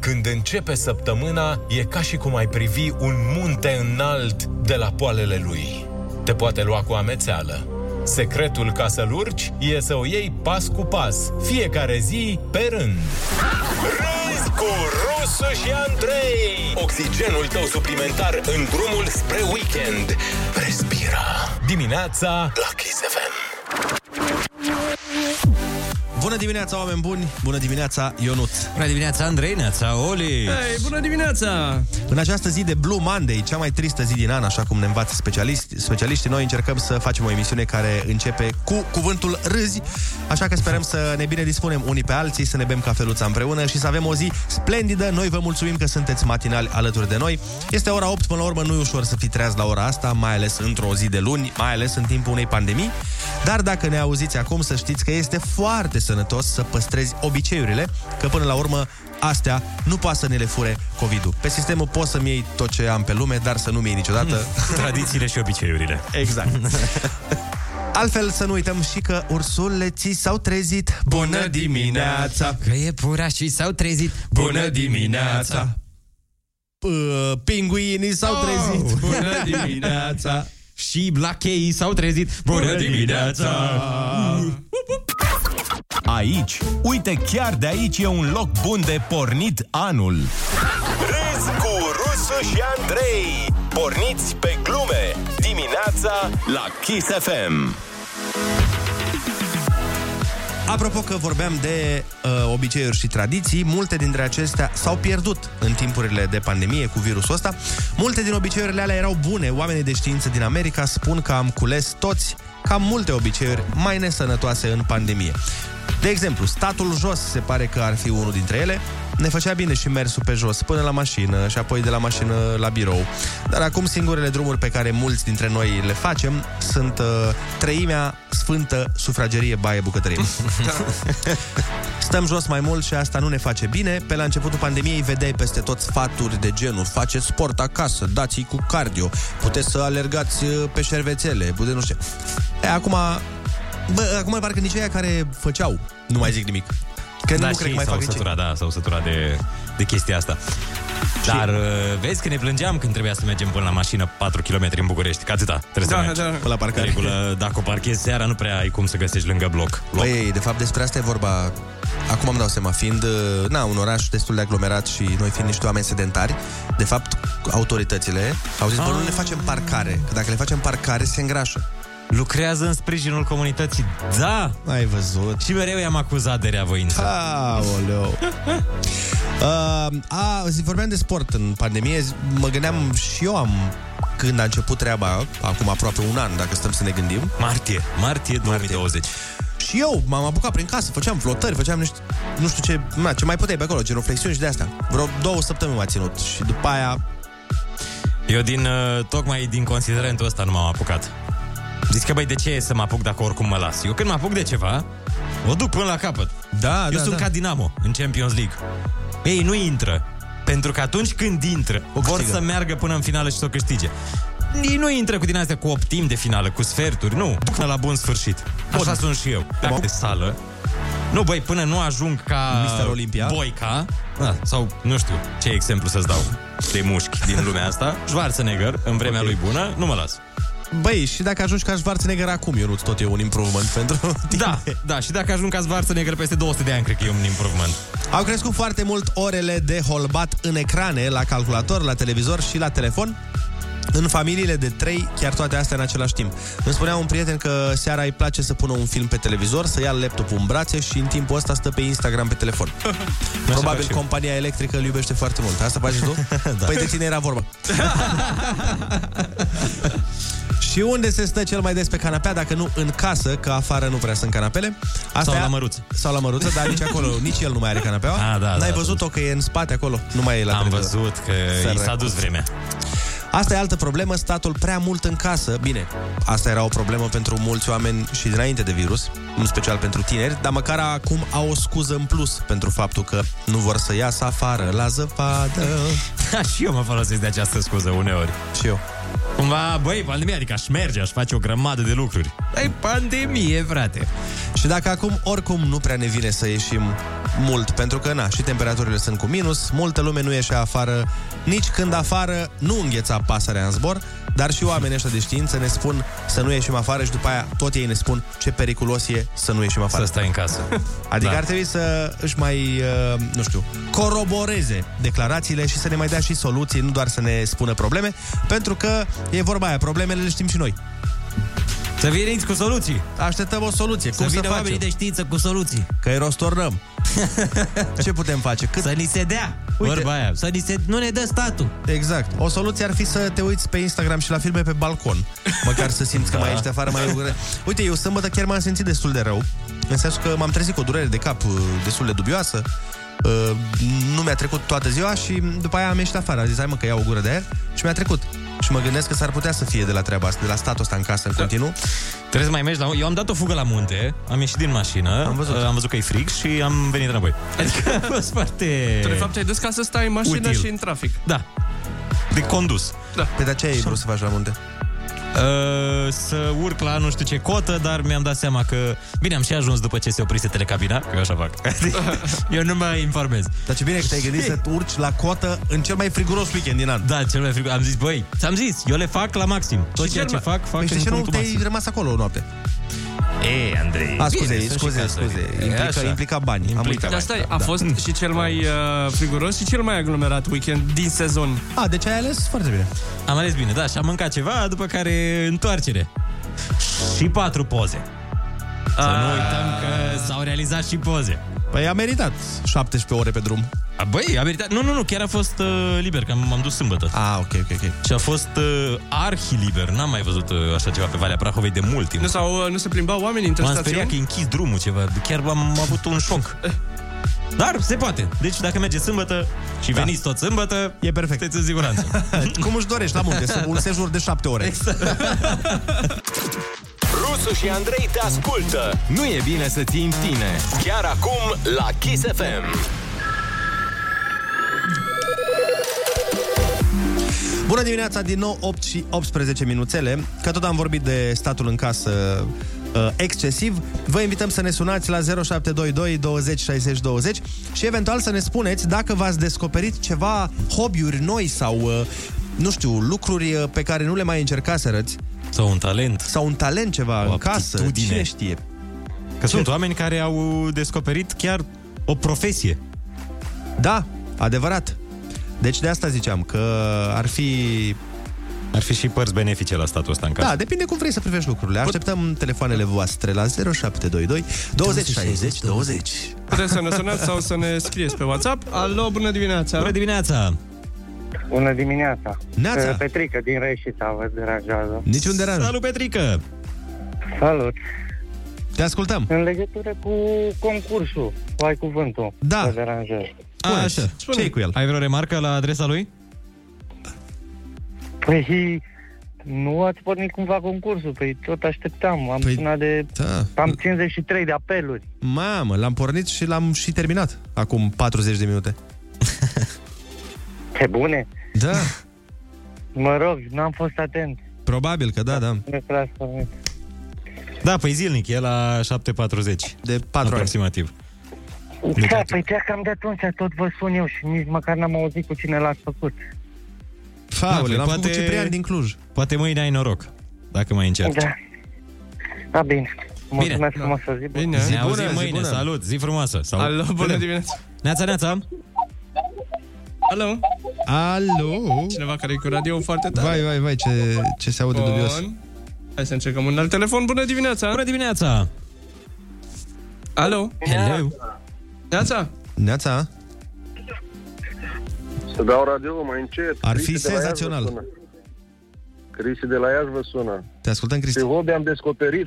[SPEAKER 6] Când începe săptămâna, e ca și cum ai privi un munte înalt de la poalele lui. Te poate lua cu amețeală. Secretul ca să-l urci e să o iei pas cu pas, fiecare zi pe rând.
[SPEAKER 19] Râzi cu Rusu și Andrei
[SPEAKER 6] Oxigenul tău suplimentar în drumul spre weekend. Respira. Dimineața la Kiss FM.
[SPEAKER 7] Bună dimineața, oameni buni! Bună dimineața, Ionut!
[SPEAKER 10] Bună dimineața, Andrei, neața, Oli!
[SPEAKER 7] Hei, bună dimineața! În această zi de Blue Monday, cea mai tristă zi din an, așa cum ne învață specialiști, specialiștii, noi încercăm să facem o emisiune care începe cu cuvântul râzi, așa că sperăm să ne bine dispunem unii pe alții, să ne bem cafeluța împreună și să avem o zi splendidă. Noi vă mulțumim că sunteți matinali alături de noi. Este ora 8, până la urmă nu e ușor să fii treaz la ora asta, mai ales într-o zi de luni, mai ales în timpul unei pandemii, dar dacă ne auziți acum, să știți că este foarte sănătos să păstrezi obiceiurile, că până la urmă astea nu poate să ne le fure COVID-ul. Pe sistemul poți să-mi iei tot ce am pe lume, dar să nu mi iei niciodată.
[SPEAKER 10] Tradițiile și obiceiurile.
[SPEAKER 7] Exact. Altfel să nu uităm și că ursuleții s-au trezit. Bună dimineața!
[SPEAKER 1] Că e pura și s-au trezit.
[SPEAKER 7] Bună dimineața! P- Pinguinii s-au oh, trezit.
[SPEAKER 10] bună dimineața! și blacheii s-au trezit. Bună dimineața!
[SPEAKER 6] Aici, uite chiar de aici e un loc bun de pornit anul.
[SPEAKER 19] Râzi cu Rusu și Andrei Porniți pe glume Dimineața la Kiss FM
[SPEAKER 7] Apropo că vorbeam de uh, obiceiuri și tradiții, multe dintre acestea s-au pierdut în timpurile de pandemie cu virusul ăsta. Multe din obiceiurile alea erau bune. Oamenii de știință din America spun că am cules toți cam multe obiceiuri mai nesănătoase în pandemie. De exemplu, statul jos se pare că ar fi unul dintre ele. Ne făcea bine și mersul pe jos până la mașină și apoi de la mașină la birou. Dar acum singurele drumuri pe care mulți dintre noi le facem sunt uh, treimea sfântă sufragerie baie bucătărie. Stăm jos mai mult și asta nu ne face bine. Pe la începutul pandemiei vedeai peste tot sfaturi de genul faceți sport acasă, dați-i cu cardio, puteți să alergați uh, pe șervețele, puteți nu știu. E, acum Bă, acum parcă nici aia care făceau, nu mai zic nimic. Că
[SPEAKER 10] da,
[SPEAKER 7] nu
[SPEAKER 10] și
[SPEAKER 7] cred că
[SPEAKER 10] ei
[SPEAKER 7] mai
[SPEAKER 10] s-au
[SPEAKER 7] fac nici ei.
[SPEAKER 10] săturat, da, s-au săturat de, de chestia asta. Dar uh, vezi că ne plângeam când trebuia să mergem până la mașină 4 km în București, că atâta trebuie
[SPEAKER 7] Da,
[SPEAKER 10] să mergi.
[SPEAKER 7] da. Până la parcare.
[SPEAKER 10] De Regulă, dacă o parchezi seara, nu prea ai cum să găsești lângă bloc. loc.
[SPEAKER 7] Băi, Păi, de fapt despre asta e vorba Acum îmi dau seama, fiind uh, na, un oraș destul de aglomerat și noi fiind niște oameni sedentari, de fapt, autoritățile au zis, bă,
[SPEAKER 10] Ah.
[SPEAKER 7] nu ne facem parcare, că dacă le facem parcare, se îngrașă.
[SPEAKER 10] Lucrează în sprijinul comunității, da!
[SPEAKER 7] Ai văzut.
[SPEAKER 10] Și mereu i-am acuzat de reavoință.
[SPEAKER 7] Aoleu. Uh, a, zi, vorbeam de sport în pandemie, zi- mă gândeam și eu am când a început treaba, acum aproape un an, dacă stăm să ne gândim.
[SPEAKER 10] Martie, martie 2020.
[SPEAKER 7] Și eu m-am apucat prin casă, făceam flotări, făceam niște, nu știu ce, na, ce mai puteai pe acolo, genoflexiuni și de astea. Vreo două săptămâni m-a ținut și după aia
[SPEAKER 10] Eu din, uh, tocmai din considerentul ăsta nu m-am apucat. Zici că, băi, de ce e să mă apuc dacă oricum mă las? Eu când mă apuc de ceva, o duc până la capăt.
[SPEAKER 7] Da,
[SPEAKER 10] Eu
[SPEAKER 7] da,
[SPEAKER 10] sunt
[SPEAKER 7] da.
[SPEAKER 10] ca Dinamo în Champions League. Ei, nu intră. Pentru că atunci când intră, o vor să meargă până în finală și să o câștige. Ei nu intră cu din astea cu optim de finală, cu sferturi, nu. Până la bun sfârșit. Așa sunt și eu. Dacă de sală. Nu, băi, până nu ajung ca
[SPEAKER 7] Mister Olimpia.
[SPEAKER 10] Boica, da, sau nu știu ce exemplu să-ți dau de mușchi din lumea asta, Schwarzenegger, în vremea okay. lui bună, nu mă las.
[SPEAKER 7] Băi, și dacă ajungi ca Schwarzenegger acum, eu nu tot e un improvement pentru tine.
[SPEAKER 10] Da, da, și dacă ajung ca Schwarzenegger peste 200 de ani, cred că e un improvement.
[SPEAKER 7] Au crescut foarte mult orele de holbat în ecrane, la calculator, la televizor și la telefon. În familiile de trei, chiar toate astea în același timp. Îmi spunea un prieten că seara îi place să pună un film pe televizor, să ia laptopul în brațe și în timpul ăsta stă pe Instagram pe telefon.
[SPEAKER 10] fac
[SPEAKER 7] Probabil
[SPEAKER 10] și eu.
[SPEAKER 7] compania electrică îl iubește foarte mult. Asta faci și tu? da. Păi de tine era vorba. Și unde se stă cel mai des pe canapea, dacă nu în casă, că afară nu prea sunt canapele?
[SPEAKER 10] Sau la
[SPEAKER 7] măruță. Sau la măruță, dar nici acolo, nici el nu mai are canapeaua.
[SPEAKER 10] Ah, da,
[SPEAKER 7] N-ai
[SPEAKER 10] da,
[SPEAKER 7] văzut-o că e în spate acolo, nu mai e la
[SPEAKER 10] Am
[SPEAKER 7] televizor.
[SPEAKER 10] văzut că i s-a
[SPEAKER 7] Săracu.
[SPEAKER 10] dus vremea.
[SPEAKER 7] Asta e altă problemă, statul prea mult în casă. Bine, asta era o problemă pentru mulți oameni și dinainte de virus, în special pentru tineri, dar măcar acum au o scuză în plus pentru faptul că nu vor să iasă afară la zăpadă.
[SPEAKER 10] și eu mă folosesc de această scuză uneori.
[SPEAKER 7] Și eu.
[SPEAKER 10] Cumva, băi, pandemia, adică aș merge, aș face o grămadă de lucruri. Ai Păi, pandemie, frate.
[SPEAKER 7] Și dacă acum oricum nu prea ne vine să ieșim mult, pentru că na, și temperaturile sunt cu minus, multă lume nu ieșe afară, nici când afară nu îngheța pasărea în zbor, dar și oamenii ăștia de știință ne spun să nu ieșim afară și după aia tot ei ne spun ce periculos e să nu ieșim afară.
[SPEAKER 10] Să stai în casă. Da.
[SPEAKER 7] Adică da. ar trebui să își mai, uh, nu știu, coroboreze declarațiile și să ne mai dea și soluții, nu doar să ne spună probleme, pentru că e vorba aia, problemele le știm și noi.
[SPEAKER 22] Să veniți cu soluții.
[SPEAKER 7] Așteptăm o soluție.
[SPEAKER 22] Să
[SPEAKER 7] Cum să
[SPEAKER 22] vină
[SPEAKER 7] facem?
[SPEAKER 22] oamenii de știință cu soluții.
[SPEAKER 7] Că îi rostornăm. Ce putem face? Cât...
[SPEAKER 22] Să ni se dea. Vorba aia. Să ni se... Nu ne dă statul.
[SPEAKER 7] Exact. O soluție ar fi să te uiți pe Instagram și la filme pe balcon. Măcar să simți că mai ești afară, mai e ură. Uite, eu sâmbătă chiar m-am simțit destul de rău. În sensul că m-am trezit cu o durere de cap uh, destul de dubioasă. Uh, Nu mi-a trecut toată ziua și după aia am ieșit afară. Am zis, hai mă că iau o gură de aer și mi-a trecut. Și mă gândesc că s-ar putea să fie de la treaba asta, de la statul ăsta în casă în
[SPEAKER 22] Da.
[SPEAKER 7] continuu.
[SPEAKER 10] Trebuie să mai mergi la... Eu am dat o fugă la munte, am ieșit din mașină, am văzut, am văzut că e frig și am venit înapoi. Adică a fost foarte...
[SPEAKER 9] Tu, de fapt, ai dus ca să stai în mașină
[SPEAKER 10] Util.
[SPEAKER 9] și în trafic.
[SPEAKER 10] Da. De condus.
[SPEAKER 9] Da.
[SPEAKER 7] Pe de ce ai vrut să faci la munte?
[SPEAKER 10] Uh, să urc la nu știu ce cotă, dar mi-am dat seama că... Bine, am și ajuns după ce se oprise telecabina, că eu așa fac. Adică eu nu mă informez.
[SPEAKER 7] Dar ce bine că te-ai gândit să urci la cotă Da, în cel mai friguros weekend din an.
[SPEAKER 10] Da, cel mai friguros. Am zis, băi, ți-am zis, eu le fac la maxim. Tot
[SPEAKER 7] Și
[SPEAKER 10] ceea
[SPEAKER 7] cel
[SPEAKER 10] ce
[SPEAKER 7] mai-
[SPEAKER 10] fac, fac
[SPEAKER 7] Păi
[SPEAKER 10] în
[SPEAKER 7] și de ce nu
[SPEAKER 10] punctul
[SPEAKER 7] te-ai
[SPEAKER 10] maxim.
[SPEAKER 7] rămas acolo o noapte?
[SPEAKER 10] E, Andrei.
[SPEAKER 7] A, scuze, scuze, scuze. Implica, implica bani. Implica am uitat. Da.
[SPEAKER 9] Păi, Dar stai, a fost și cel mai uh, friguros și cel mai aglomerat weekend din sezon.
[SPEAKER 7] A, deci ai ales foarte bine.
[SPEAKER 10] Am ales bine, da, și am mâncat ceva, după care întoarcere. Și patru poze. Să nu uităm că s-au realizat și poze.
[SPEAKER 7] Păi a meritat 17 ore pe drum.
[SPEAKER 10] A, Băi, a meritat. Nu, nu, nu, chiar a fost uh, liber, că m-am dus sâmbătă.
[SPEAKER 7] Ah, ok, ok, ok.
[SPEAKER 10] Și a fost uh, arhi liber. N-am mai văzut uh, așa ceva pe Valea Prahovei de mult timp.
[SPEAKER 9] Nu, sau, uh, nu se plimbau oamenii între
[SPEAKER 10] M-am speriat că e
[SPEAKER 9] stațiuni?
[SPEAKER 10] închis drumul ceva. Chiar am avut un șoc. Dar se poate. Deci dacă mergeți sâmbătă și
[SPEAKER 7] Da.
[SPEAKER 10] veniți tot sâmbătă,
[SPEAKER 7] e perfect.
[SPEAKER 10] Sunteți în siguranță.
[SPEAKER 7] Cum își dorești la munte, să un
[SPEAKER 10] Da.
[SPEAKER 7] sejur de 7 ore.
[SPEAKER 10] Exact.
[SPEAKER 6] Rusu și Andrei te ascultă. Nu e bine să ții în tine. Chiar acum la Kiss FM.
[SPEAKER 7] Bună dimineața, din nou 8 și 18 minuțele. Că tot am vorbit de statul în casă uh, excesiv, vă invităm să ne sunați la 0722 20 60 20 și eventual să ne spuneți dacă v-ați descoperit ceva hobby-uri noi sau, uh, nu știu, lucruri uh, pe care nu le mai încercaserăți.
[SPEAKER 10] Sau un talent.
[SPEAKER 7] Sau un talent ceva o în casă.
[SPEAKER 10] aptitudine.
[SPEAKER 7] Cine știe?
[SPEAKER 10] Că sunt oameni care au descoperit chiar o profesie.
[SPEAKER 7] Da, adevărat. Deci de asta ziceam că ar fi
[SPEAKER 10] Ar fi și părți benefice la statul ăsta în casă.
[SPEAKER 7] Da, depinde cum vrei să privești lucrurile. Așteptăm telefoanele voastre la 0722 20 60 20.
[SPEAKER 9] Puteți să ne sunați sau să ne scrieți pe WhatsApp. Alo, bună dimineața! Bună
[SPEAKER 10] dimineața!
[SPEAKER 17] Bună dimineața!
[SPEAKER 7] Neața.
[SPEAKER 17] Uh, Petrică din Reșița vă deranjează.
[SPEAKER 7] Niciun deranj.
[SPEAKER 10] Salut, Petrică!
[SPEAKER 17] Salut!
[SPEAKER 7] Te ascultăm!
[SPEAKER 17] În legătură cu concursul, cu ai cuvântul,
[SPEAKER 7] da.
[SPEAKER 17] vă deranjez.
[SPEAKER 10] A, așa. ce cu el? Ai vreo remarcă la adresa lui?
[SPEAKER 17] Păi, nu ați pornit cumva concursul, păi tot așteptam, am păi, sunat de...
[SPEAKER 7] Da.
[SPEAKER 17] Am 53 de apeluri.
[SPEAKER 7] Mamă, l-am pornit și l-am și terminat acum 40 de minute.
[SPEAKER 17] Pe bune?
[SPEAKER 7] Da.
[SPEAKER 17] Mă rog, n-am fost atent.
[SPEAKER 7] Probabil că da, da.
[SPEAKER 17] Ne transformit.
[SPEAKER 10] Da, păi zilnic, e la 7.40.
[SPEAKER 7] De 4
[SPEAKER 10] Aproximativ.
[SPEAKER 17] Da, păi chiar cam de atunci tot vă sun eu și nici măcar n-am auzit cu cine l-ați făcut.
[SPEAKER 10] Da, păi
[SPEAKER 7] Faule, l-am poate... făcut Ciprian din Cluj.
[SPEAKER 10] Poate mâine ai noroc, dacă mai încerci.
[SPEAKER 17] Da. Da, bine. Mulțumesc frumos, o zi bună.
[SPEAKER 10] ne auzim mâine, salut, zi frumoasă. Salut.
[SPEAKER 17] Alo, bună
[SPEAKER 9] dimineața.
[SPEAKER 10] Neața, neața.
[SPEAKER 9] Alo?
[SPEAKER 7] Alo?
[SPEAKER 9] Cineva care e cu radio foarte tare.
[SPEAKER 7] Vai, vai, vai, ce, ce se aude
[SPEAKER 9] Bun.
[SPEAKER 7] dubios.
[SPEAKER 9] Hai să încercăm un alt telefon. Bună dimineața! Bună
[SPEAKER 10] dimineața!
[SPEAKER 9] Alo!
[SPEAKER 10] Hello!
[SPEAKER 9] Neața!
[SPEAKER 7] Neața?
[SPEAKER 23] Să dau radio mai încet.
[SPEAKER 7] Ar
[SPEAKER 23] Cristi
[SPEAKER 7] fi
[SPEAKER 23] de la Iași vă
[SPEAKER 7] senzațional.
[SPEAKER 23] sună. Cristi de la Iași vă sună.
[SPEAKER 7] Te ascultăm, Cristi.
[SPEAKER 23] Pe hobby am descoperit.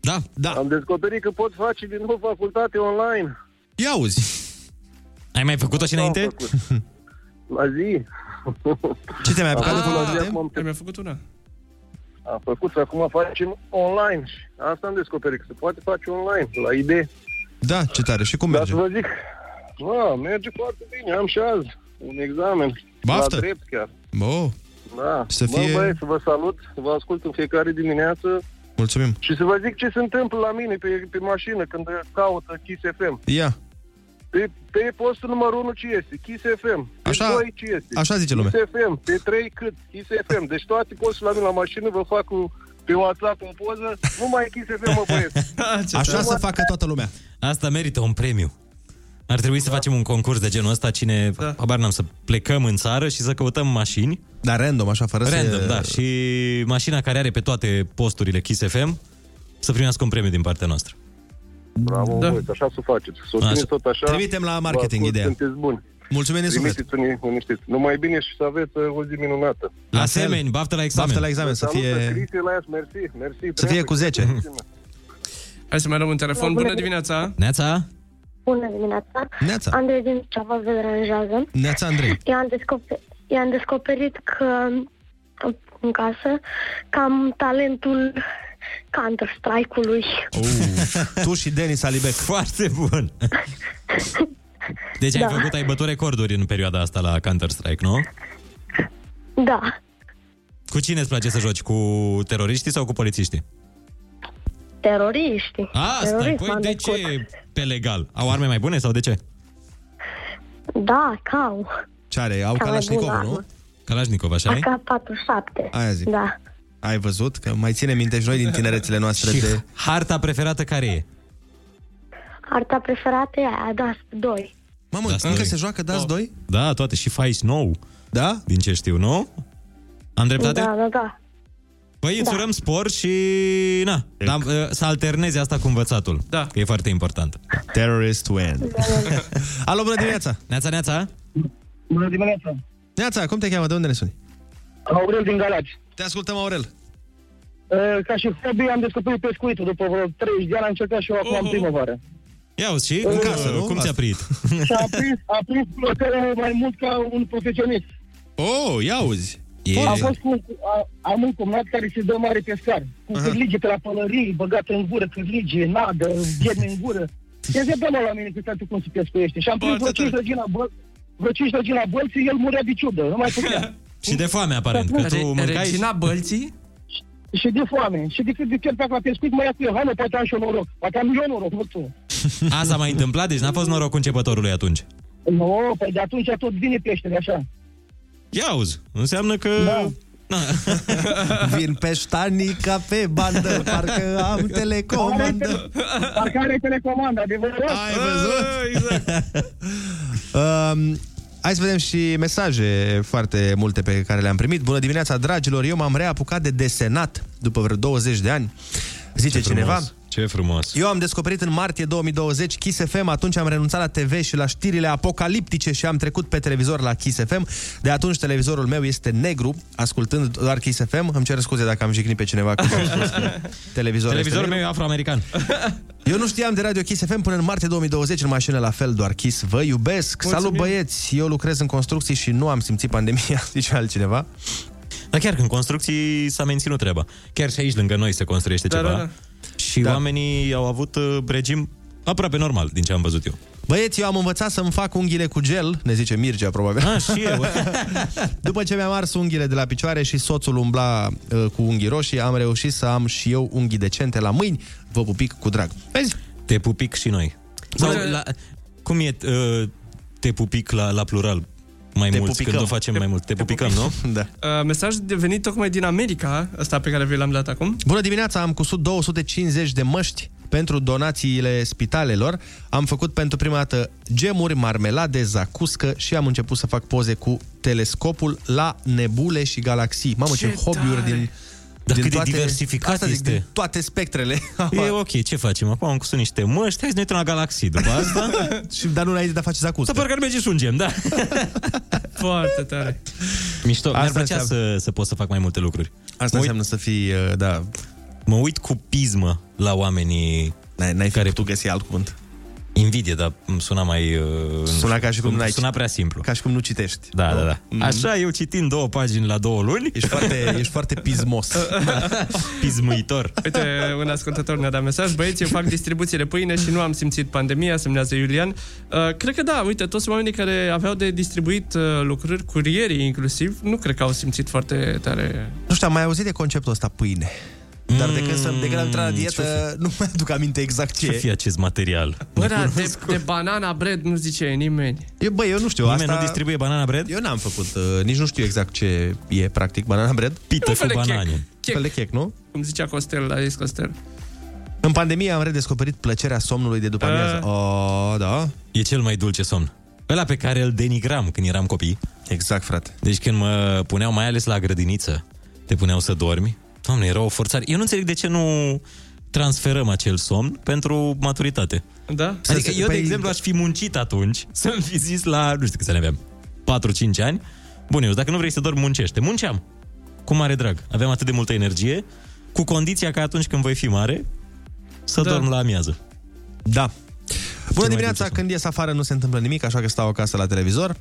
[SPEAKER 10] Da, da.
[SPEAKER 23] Am descoperit că pot face din nou facultate online.
[SPEAKER 7] Ia uzi!
[SPEAKER 10] Ai mai făcut-o și
[SPEAKER 23] Am
[SPEAKER 10] înainte?
[SPEAKER 23] făcut. La zi.
[SPEAKER 7] Ce te-ai mai
[SPEAKER 17] Ah.
[SPEAKER 7] apucat de
[SPEAKER 23] Acum la
[SPEAKER 7] facultate?
[SPEAKER 23] viață m-am
[SPEAKER 9] Mi-a făcut una.
[SPEAKER 23] Am făcut și acum facem online. Și Asta am descoperit, că se poate face online, la idee.
[SPEAKER 7] Da, ce tare. Și cum
[SPEAKER 23] Dar
[SPEAKER 7] merge?
[SPEAKER 23] să vă zic, mă, merge foarte bine, am și azi un examen.
[SPEAKER 7] Baftă!
[SPEAKER 23] La drept chiar.
[SPEAKER 7] Oh,
[SPEAKER 23] Da.
[SPEAKER 7] Să fie-
[SPEAKER 23] Bă, băieți, să vă salut, vă ascult în fiecare dimineață
[SPEAKER 7] mulțumim.
[SPEAKER 23] și să vă zic ce se întâmplă la mine pe, pe mașină când caută Kiss FM.
[SPEAKER 7] Ia,
[SPEAKER 23] Pe, pe postul numărul 1 ce este? Kiss FM. Pe
[SPEAKER 7] Așa-
[SPEAKER 23] 2 ce este?
[SPEAKER 7] așa zice lumea.
[SPEAKER 23] Kiss FM. Pe 3 cât? Kiss FM. Deci toate posturile la mine la mașină vă fac cu pe WhatsApp în poză, nu mai e Kiss FM, mă băieți.
[SPEAKER 10] Da.
[SPEAKER 7] așa să facă toată lumea.
[SPEAKER 10] Asta merită un premiu. Ar trebui să facem un concurs de genul ăsta, cine, da. habar n-am, să plecăm în țară și să căutăm mașini.
[SPEAKER 7] Dar Da, random, așa, fără să-
[SPEAKER 10] Random, da. Și mașina care are pe toate posturile Kiss FM să primească un premiu din partea noastră.
[SPEAKER 23] Bravo,
[SPEAKER 10] Da.
[SPEAKER 23] da. băieți, așa să faceți. Să o țineți
[SPEAKER 10] Așa.
[SPEAKER 23] tot așa.
[SPEAKER 10] Trimitem la marketing
[SPEAKER 23] Vă ascult,
[SPEAKER 10] ideea.
[SPEAKER 23] Sunteți buni.
[SPEAKER 7] Mulțumim
[SPEAKER 10] din suflet.
[SPEAKER 23] Trimiteți-ne, liniștiți. Numai bine și să aveți uh, o zi minunată.
[SPEAKER 10] La semeni, baftă la examen.
[SPEAKER 7] Baftă la examen, să
[SPEAKER 23] Salut,
[SPEAKER 7] fie-
[SPEAKER 23] Cristi, Elias, mersi, mersi.
[SPEAKER 7] Să fie cu 10.
[SPEAKER 9] Hai să mai luăm un telefon. Bună dimineața!
[SPEAKER 10] Neața!
[SPEAKER 24] Bună dimineața!
[SPEAKER 7] Neața.
[SPEAKER 24] Andrei din Ceava vă deranjează.
[SPEAKER 7] Neața Andrei.
[SPEAKER 24] Eu am, descoper- eu am descoperit că în casă că am talentul Counter-Strike-ului.
[SPEAKER 7] Uh, tu și Denis Alibec.
[SPEAKER 10] Foarte bun! Deci da. ai făcut, ai bătut recorduri în perioada asta la Counter-Strike, nu?
[SPEAKER 24] Da,
[SPEAKER 10] Cu cine îți place să joci? Cu teroriștii sau cu polițiștii?
[SPEAKER 24] teroriști.
[SPEAKER 10] Asta, păi de ce pe legal? Au arme mai bune sau de ce?
[SPEAKER 24] Da, cau.
[SPEAKER 7] Ce are? Au
[SPEAKER 24] Cea mai
[SPEAKER 7] Kalashnikov,
[SPEAKER 24] bună
[SPEAKER 7] nu?
[SPEAKER 24] armă.
[SPEAKER 10] Kalashnikov, așa
[SPEAKER 24] AK-47.
[SPEAKER 7] Aia zic.
[SPEAKER 24] Da.
[SPEAKER 7] Ai văzut că mai ține minte și noi din tinerețile noastre
[SPEAKER 10] Și
[SPEAKER 7] de...
[SPEAKER 10] harta preferată care e?
[SPEAKER 24] Arta preferată e aia, da, Dust 2.
[SPEAKER 7] Mamă,
[SPEAKER 10] Dust
[SPEAKER 7] încă
[SPEAKER 10] doi.
[SPEAKER 7] se joacă Dust 2?
[SPEAKER 10] Da, toate. Și Fice nou.
[SPEAKER 7] Da?
[SPEAKER 10] Din ce știu, nu? Am dreptate?
[SPEAKER 24] Da, da, da.
[SPEAKER 10] Păi îți urăm spor și... Na, da, să alternezi asta cu învățatul. Da. Că e foarte important.
[SPEAKER 7] Terrorist win.
[SPEAKER 24] da,
[SPEAKER 7] Alo, bună dimineața!
[SPEAKER 10] Neața, neața!
[SPEAKER 7] Bună dimineața! Neața, cum te cheamă? De unde ne suni?
[SPEAKER 25] Aurel din Galați.
[SPEAKER 7] Te ascultăm, Aurel.
[SPEAKER 25] Uh, Ca și hobby am descoperit pescuitul. După vreo 30 de ani am încercat și eu acum în primăvară.
[SPEAKER 10] Ia uzi, și în casă, nu? Cum ți-a prit?
[SPEAKER 25] Și a prins, a prins plăcere mai mult ca un profesionist.
[SPEAKER 7] Oh, ia uzi!
[SPEAKER 25] Am fost cu, un- a, am un cumnat care se dă mare pescar. Cu cârlige pe la pălării, băgată în gură, cârlige, nadă, gherme în gură. Ia zi, bă, la mine că tatu cum se pescuiește. Și am prins vreo 5 răgini la băl, vreo 5 răgini la bălți, el murea de ciudă, nu mai putea.
[SPEAKER 10] și de foame, aparent, că tu mâncai...
[SPEAKER 25] Regina
[SPEAKER 9] Bălții?
[SPEAKER 25] Și de foame. Și de cât de chiar pe acolo la pescuit, mă ia cu el. Hai, mă, poate am și eu noroc. Poate am eu noroc, nu tu.
[SPEAKER 10] A, s-a mai întâmplat, deci n-a fost norocul începătorului atunci.
[SPEAKER 25] Nu, no, păi de atunci tot vine peștele, așa.
[SPEAKER 10] Ia uzi, înseamnă că... Da.
[SPEAKER 7] Vin peștanii ca pe bandă, parcă am telecomandă.
[SPEAKER 25] Parcă are telecomanda, adevărat.
[SPEAKER 7] Ai văzut? Um, hai să vedem și mesaje foarte multe pe care le-am primit. Bună dimineața, dragilor! Eu m-am reapucat de desenat după vreo 20 de ani. Zice
[SPEAKER 10] Ce
[SPEAKER 7] cineva.
[SPEAKER 10] frumos, Ce frumos.
[SPEAKER 7] Eu am descoperit în martie 2020 Kiss FM, atunci am renunțat la TV și la știrile apocaliptice și am trecut pe televizor la Kiss FM. De atunci televizorul meu este negru, ascultând doar Kiss FM. Îmi cer scuze dacă am jignit pe cineva că am spus că televizorul este
[SPEAKER 10] Televizorul
[SPEAKER 7] negru.
[SPEAKER 10] meu e afroamerican.
[SPEAKER 7] Eu nu știam de Radio Kiss FM până în martie 2020 în mașină la fel, doar Kiss. Vă iubesc!
[SPEAKER 10] Mulțumim.
[SPEAKER 7] Salut băieți! Eu lucrez în construcții și nu am simțit pandemia, zice altcineva.
[SPEAKER 10] Dar Da, chiar că în construcții s-a menținut treaba. Chiar și aici lângă noi se construiește
[SPEAKER 7] Da,
[SPEAKER 10] ceva.
[SPEAKER 7] da, da.
[SPEAKER 10] Și
[SPEAKER 7] Da.
[SPEAKER 10] oamenii au avut uh, regim aproape normal, din ce am văzut eu.
[SPEAKER 7] Băieți, eu am învățat să-mi fac unghiile cu gel, ne zice Mircea, probabil.
[SPEAKER 6] Ah,
[SPEAKER 10] A, și eu.
[SPEAKER 7] După ce mi-am ars unghiile de la picioare și soțul umbla uh, cu unghii roșii, am reușit să am și eu unghii decente la mâini. Vă pupic cu drag. Vezi?
[SPEAKER 10] Te pupic și noi. Sau la, cum e uh, te pupic la, la plural? Mai
[SPEAKER 7] Te
[SPEAKER 10] mult,
[SPEAKER 7] pupicăm.
[SPEAKER 10] când o facem mai mult. Te, pupicăm, nu?
[SPEAKER 7] da.
[SPEAKER 9] Uh, mesaj de venit tocmai din America, ăsta pe care vi l-am dat acum.
[SPEAKER 7] Bună dimineața, am cusut 250 de măști pentru donațiile spitalelor. Am făcut pentru prima dată gemuri, marmelade, zacuscă și am început să fac poze cu telescopul la nebule și galaxii. Mamă, ce,
[SPEAKER 10] Ce
[SPEAKER 7] hobby-uri
[SPEAKER 10] tare!
[SPEAKER 7] din...
[SPEAKER 10] Dar cât de diversificat
[SPEAKER 7] asta zic,
[SPEAKER 10] este.
[SPEAKER 7] din toate spectrele.
[SPEAKER 10] E ok, ce facem? Acum am cusut niște măști, hai să ne uităm la galaxii după asta.
[SPEAKER 7] și, dar nu ne-ai zis de a face zacuscă.
[SPEAKER 10] Dar parcă ar merge și ungem, da.
[SPEAKER 9] Foarte tare.
[SPEAKER 10] Mișto, mi-ar
[SPEAKER 7] Asta
[SPEAKER 10] plăcea să, să pot să fac mai multe lucruri.
[SPEAKER 7] Asta înseamnă să fii, uh, da...
[SPEAKER 10] Mă uit cu pismă la oamenii
[SPEAKER 7] N-ai, n-ai care... tu găsi alt cuvânt.
[SPEAKER 10] Invidie, dar îmi suna mai... uh, nu
[SPEAKER 7] Suna
[SPEAKER 10] știu,
[SPEAKER 7] ca și cum
[SPEAKER 10] îmi
[SPEAKER 7] n-ai
[SPEAKER 10] Suna prea simplu.
[SPEAKER 7] Ca și cum nu citești.
[SPEAKER 10] Da, da,
[SPEAKER 7] Mhm.
[SPEAKER 10] da. Așa, eu citind două pagini la două luni...
[SPEAKER 7] Ești foarte, ești foarte pismos.
[SPEAKER 10] Pismuitor.
[SPEAKER 9] Uite, un ascultător ne-a dat mesaj. Băieți, eu fac distribuție de pâine și nu am simțit pandemia, semnează Iulian. Uh, cred că da, uite, toți oamenii care aveau de distribuit uh, lucruri, curierii inclusiv, nu cred că au simțit foarte tare.
[SPEAKER 7] Nu știu, am mai auzit de conceptul ăsta pâine. Dar de când, sunt, de când am intrat la
[SPEAKER 10] Mm,
[SPEAKER 7] dietă, nu mai aduc aminte exact ce,
[SPEAKER 10] Ce fi acest material?
[SPEAKER 9] Bă, da, de, de banana bread nu zice nimeni.
[SPEAKER 7] E, bă, eu nu știu.
[SPEAKER 10] Nimeni
[SPEAKER 7] asta...
[SPEAKER 10] nu distribuie banana bread?
[SPEAKER 7] Eu n-am făcut, uh, nici nu știu exact ce e practic banana bread.
[SPEAKER 9] E un fel de
[SPEAKER 7] Chec. Fel de chec, nu?
[SPEAKER 9] Cum zicea Costel, a zis Costel.
[SPEAKER 7] În pandemie am redescoperit plăcerea somnului de
[SPEAKER 9] Ah,
[SPEAKER 7] după amiază. O, da.
[SPEAKER 10] E cel mai dulce somn. Ăla pe care îl denigram când eram copii.
[SPEAKER 7] Exact, frate.
[SPEAKER 10] Deci când mă puneau, mai ales la grădiniță, te puneau să dormi. Doamne, era o forțare. Eu nu înțeleg de ce nu transferăm acel somn pentru maturitate.
[SPEAKER 9] Da?
[SPEAKER 10] Adică eu,
[SPEAKER 7] păi-
[SPEAKER 10] de exemplu, aș fi muncit atunci să-mi fi zis la, nu știu câți ani aveam, 4-5 ani, bun, eu, dacă nu vrei să dormi, muncește. Munceam, cu mare drag. Aveam atât de multă energie, cu condiția că atunci când voi fi mare, să
[SPEAKER 7] Da.
[SPEAKER 10] da. dorm la amiază.
[SPEAKER 7] Da. Bună dimineața, când ies afară nu se întâmplă nimic, așa că stau acasă la televizor.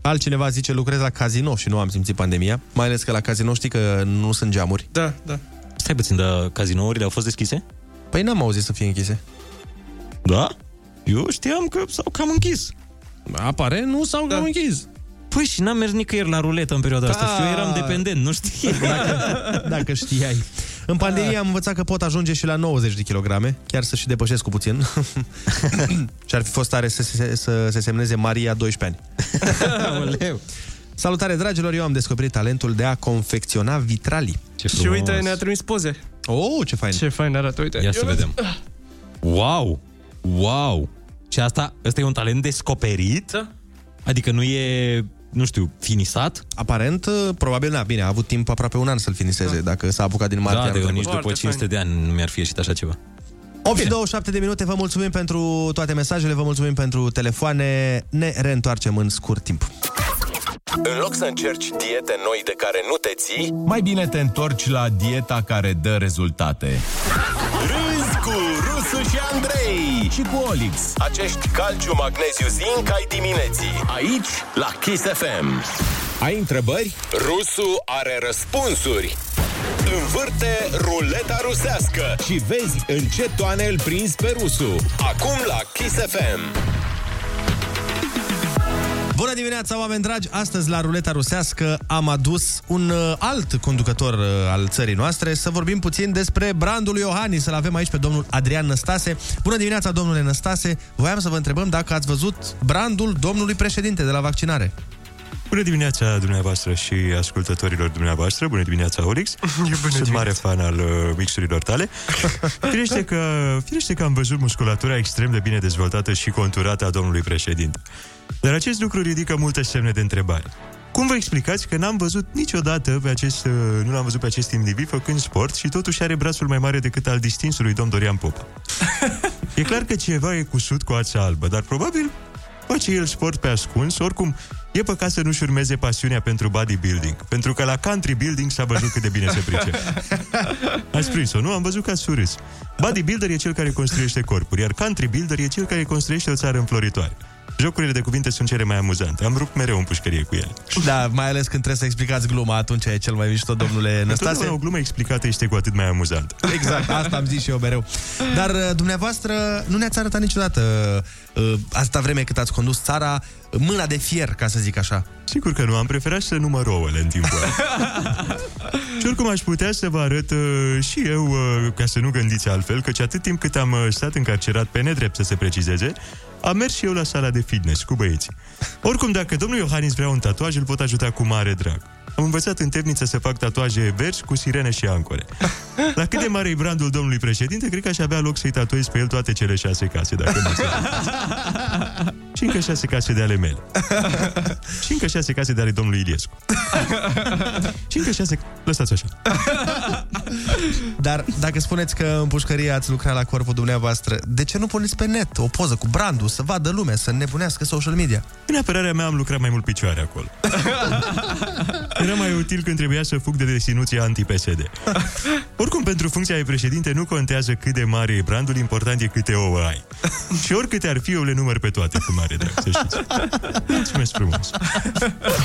[SPEAKER 7] Altcineva zice, lucrez la casino și nu am simțit pandemia, mai ales că la casino știi că nu sunt geamuri.
[SPEAKER 9] Da, da.
[SPEAKER 10] Stai puțin, dar cazinourile au fost deschise?
[SPEAKER 7] Păi n-am auzit să fie închise.
[SPEAKER 10] Da? Eu știam că s-au cam închis.
[SPEAKER 7] Apare, nu s-au da. cam închis. Da.
[SPEAKER 10] Păi și n-am mers nicăieri la ruletă în perioada asta și eu eram dependent, nu știu.
[SPEAKER 7] Dacă, dacă știai. În pandemie am învățat că pot ajunge și la 90 de kilograme, chiar să și depășesc cu puțin. și ar fi fost tare să se, să se semneze Maria 12 ani. Salutare, dragilor! Eu am descoperit talentul de a confecționa vitralii. Ce
[SPEAKER 9] Și uite, ne-a trimis poze.
[SPEAKER 7] Oh, ce fain!
[SPEAKER 9] Ce fain arată, uite.
[SPEAKER 10] Ia să
[SPEAKER 9] Eu-
[SPEAKER 10] vedem. Wow! Wow! Și asta, ăsta e un talent descoperit? Adică nu e, nu știu, finisat?
[SPEAKER 7] Aparent, uh, probabil, na, bine, a avut timp aproape un an să-l finiseze, dacă s-a apucat din martie
[SPEAKER 10] da,
[SPEAKER 7] anul
[SPEAKER 10] de nici
[SPEAKER 7] trecut.
[SPEAKER 10] după 500 de ani nu mi-ar fi ieșit așa ceva.
[SPEAKER 7] 8 și 27 de minute, vă mulțumim pentru toate mesajele, vă mulțumim pentru telefoane. Ne reîntoarcem în scurt timp.
[SPEAKER 6] În loc să încerci diete noi de care nu te ții,
[SPEAKER 26] Mai bine te întorci la dieta care dă rezultate.
[SPEAKER 6] râzi cu Rusu și Andrei și cu Olix. Acești calciu, magneziu, zinc ai dimineții. Aici, la Kiss FM.
[SPEAKER 26] Ai întrebări?
[SPEAKER 6] Rusu are răspunsuri. Învârte ruleta rusească.
[SPEAKER 26] Și vezi în ce toane îl prins pe Rusu.
[SPEAKER 6] Acum la Kiss FM.
[SPEAKER 7] Bună dimineața, oameni dragi! Astăzi, la ruleta rusească, am adus un uh, alt conducător uh, al țării noastre să vorbim puțin despre brandul lui Iohannis. Să-l avem aici pe domnul Adrian Năstase. Bună dimineața, domnule Năstase! Voiam să vă întrebăm dacă ați văzut brandul domnului președinte de la vaccinare.
[SPEAKER 8] Bună dimineața dumneavoastră și ascultătorilor dumneavoastră. Bună dimineața, Olix. Sunt mare fan al uh, mixurilor tale. Firește că, firește că am văzut musculatura extrem de bine dezvoltată și conturată a domnului președinte. Dar acest lucru ridică multe semne de întrebare. Cum vă explicați că n-am văzut niciodată pe acest, uh, nu l-am văzut pe acest individ făcând sport și totuși are brațul mai mare decât al distinsului domn Dorian Popa? E clar că ceva e cusut cu ața albă, dar probabil face el sport pe ascuns. Oricum, e păcat să nu-și urmeze pasiunea pentru bodybuilding, pentru că la country building s-a văzut cât de bine se pricepe. Ați prins-o, nu? Am văzut că ați surâs. Bodybuilder e cel care construiește corpuri, iar country builder e cel care construiește o țară înfloritoare. Jocurile de cuvinte sunt cele mai amuzante. Am rupt mereu în pușcărie cu ele.
[SPEAKER 7] Da, mai ales când trebuie să explicați gluma, atunci e cel mai mișto, domnule
[SPEAKER 8] Întotdeauna o
[SPEAKER 7] Năstase.
[SPEAKER 8] glumă explicată este cu atât mai amuzantă.
[SPEAKER 7] Exact, asta am zis și eu mereu. Dar uh, dumneavoastră nu ne-ați arătat niciodată uh, asta vreme cât ați condus țara, mâna de fier, ca să zic așa.
[SPEAKER 8] Sigur că nu, am preferat să număr ouăle în timpul ăla. și oricum aș putea să vă arăt uh, și eu, uh, ca să nu gândiți altfel, căci atât timp cât am uh, stat încarcerat pe nedrept să se precizeze, am mers și eu la sala de fitness cu băieții. Oricum, dacă domnul Iohannis vrea un tatuaj, îl pot ajuta cu mare drag. Am învățat în temniță să fac tatuaje verzi cu sirene și ancore. La cât de mare e brandul domnului președinte, cred că aș avea loc să-i tatuez pe el toate cele șase case, dacă nu
[SPEAKER 2] și încă șase case de ale mele. și încă șase case de ale domnului Iliescu. și încă șase... Lăsați așa.
[SPEAKER 7] Dar dacă spuneți că în pușcărie ați lucrat la corpul dumneavoastră, de ce nu puneți pe net o poză cu brandul să vadă lumea, să nebunească social media?
[SPEAKER 2] În apărarea mea am lucrat mai mult picioare acolo. Era mai util când trebuia să fug de desinuția anti-PSD. Oricum, pentru funcția de președinte nu contează cât de mare e brandul, important e câte ouă ai. Și oricâte ar fi, eu le număr pe toate cu mare drag, să știți. Mulțumesc frumos.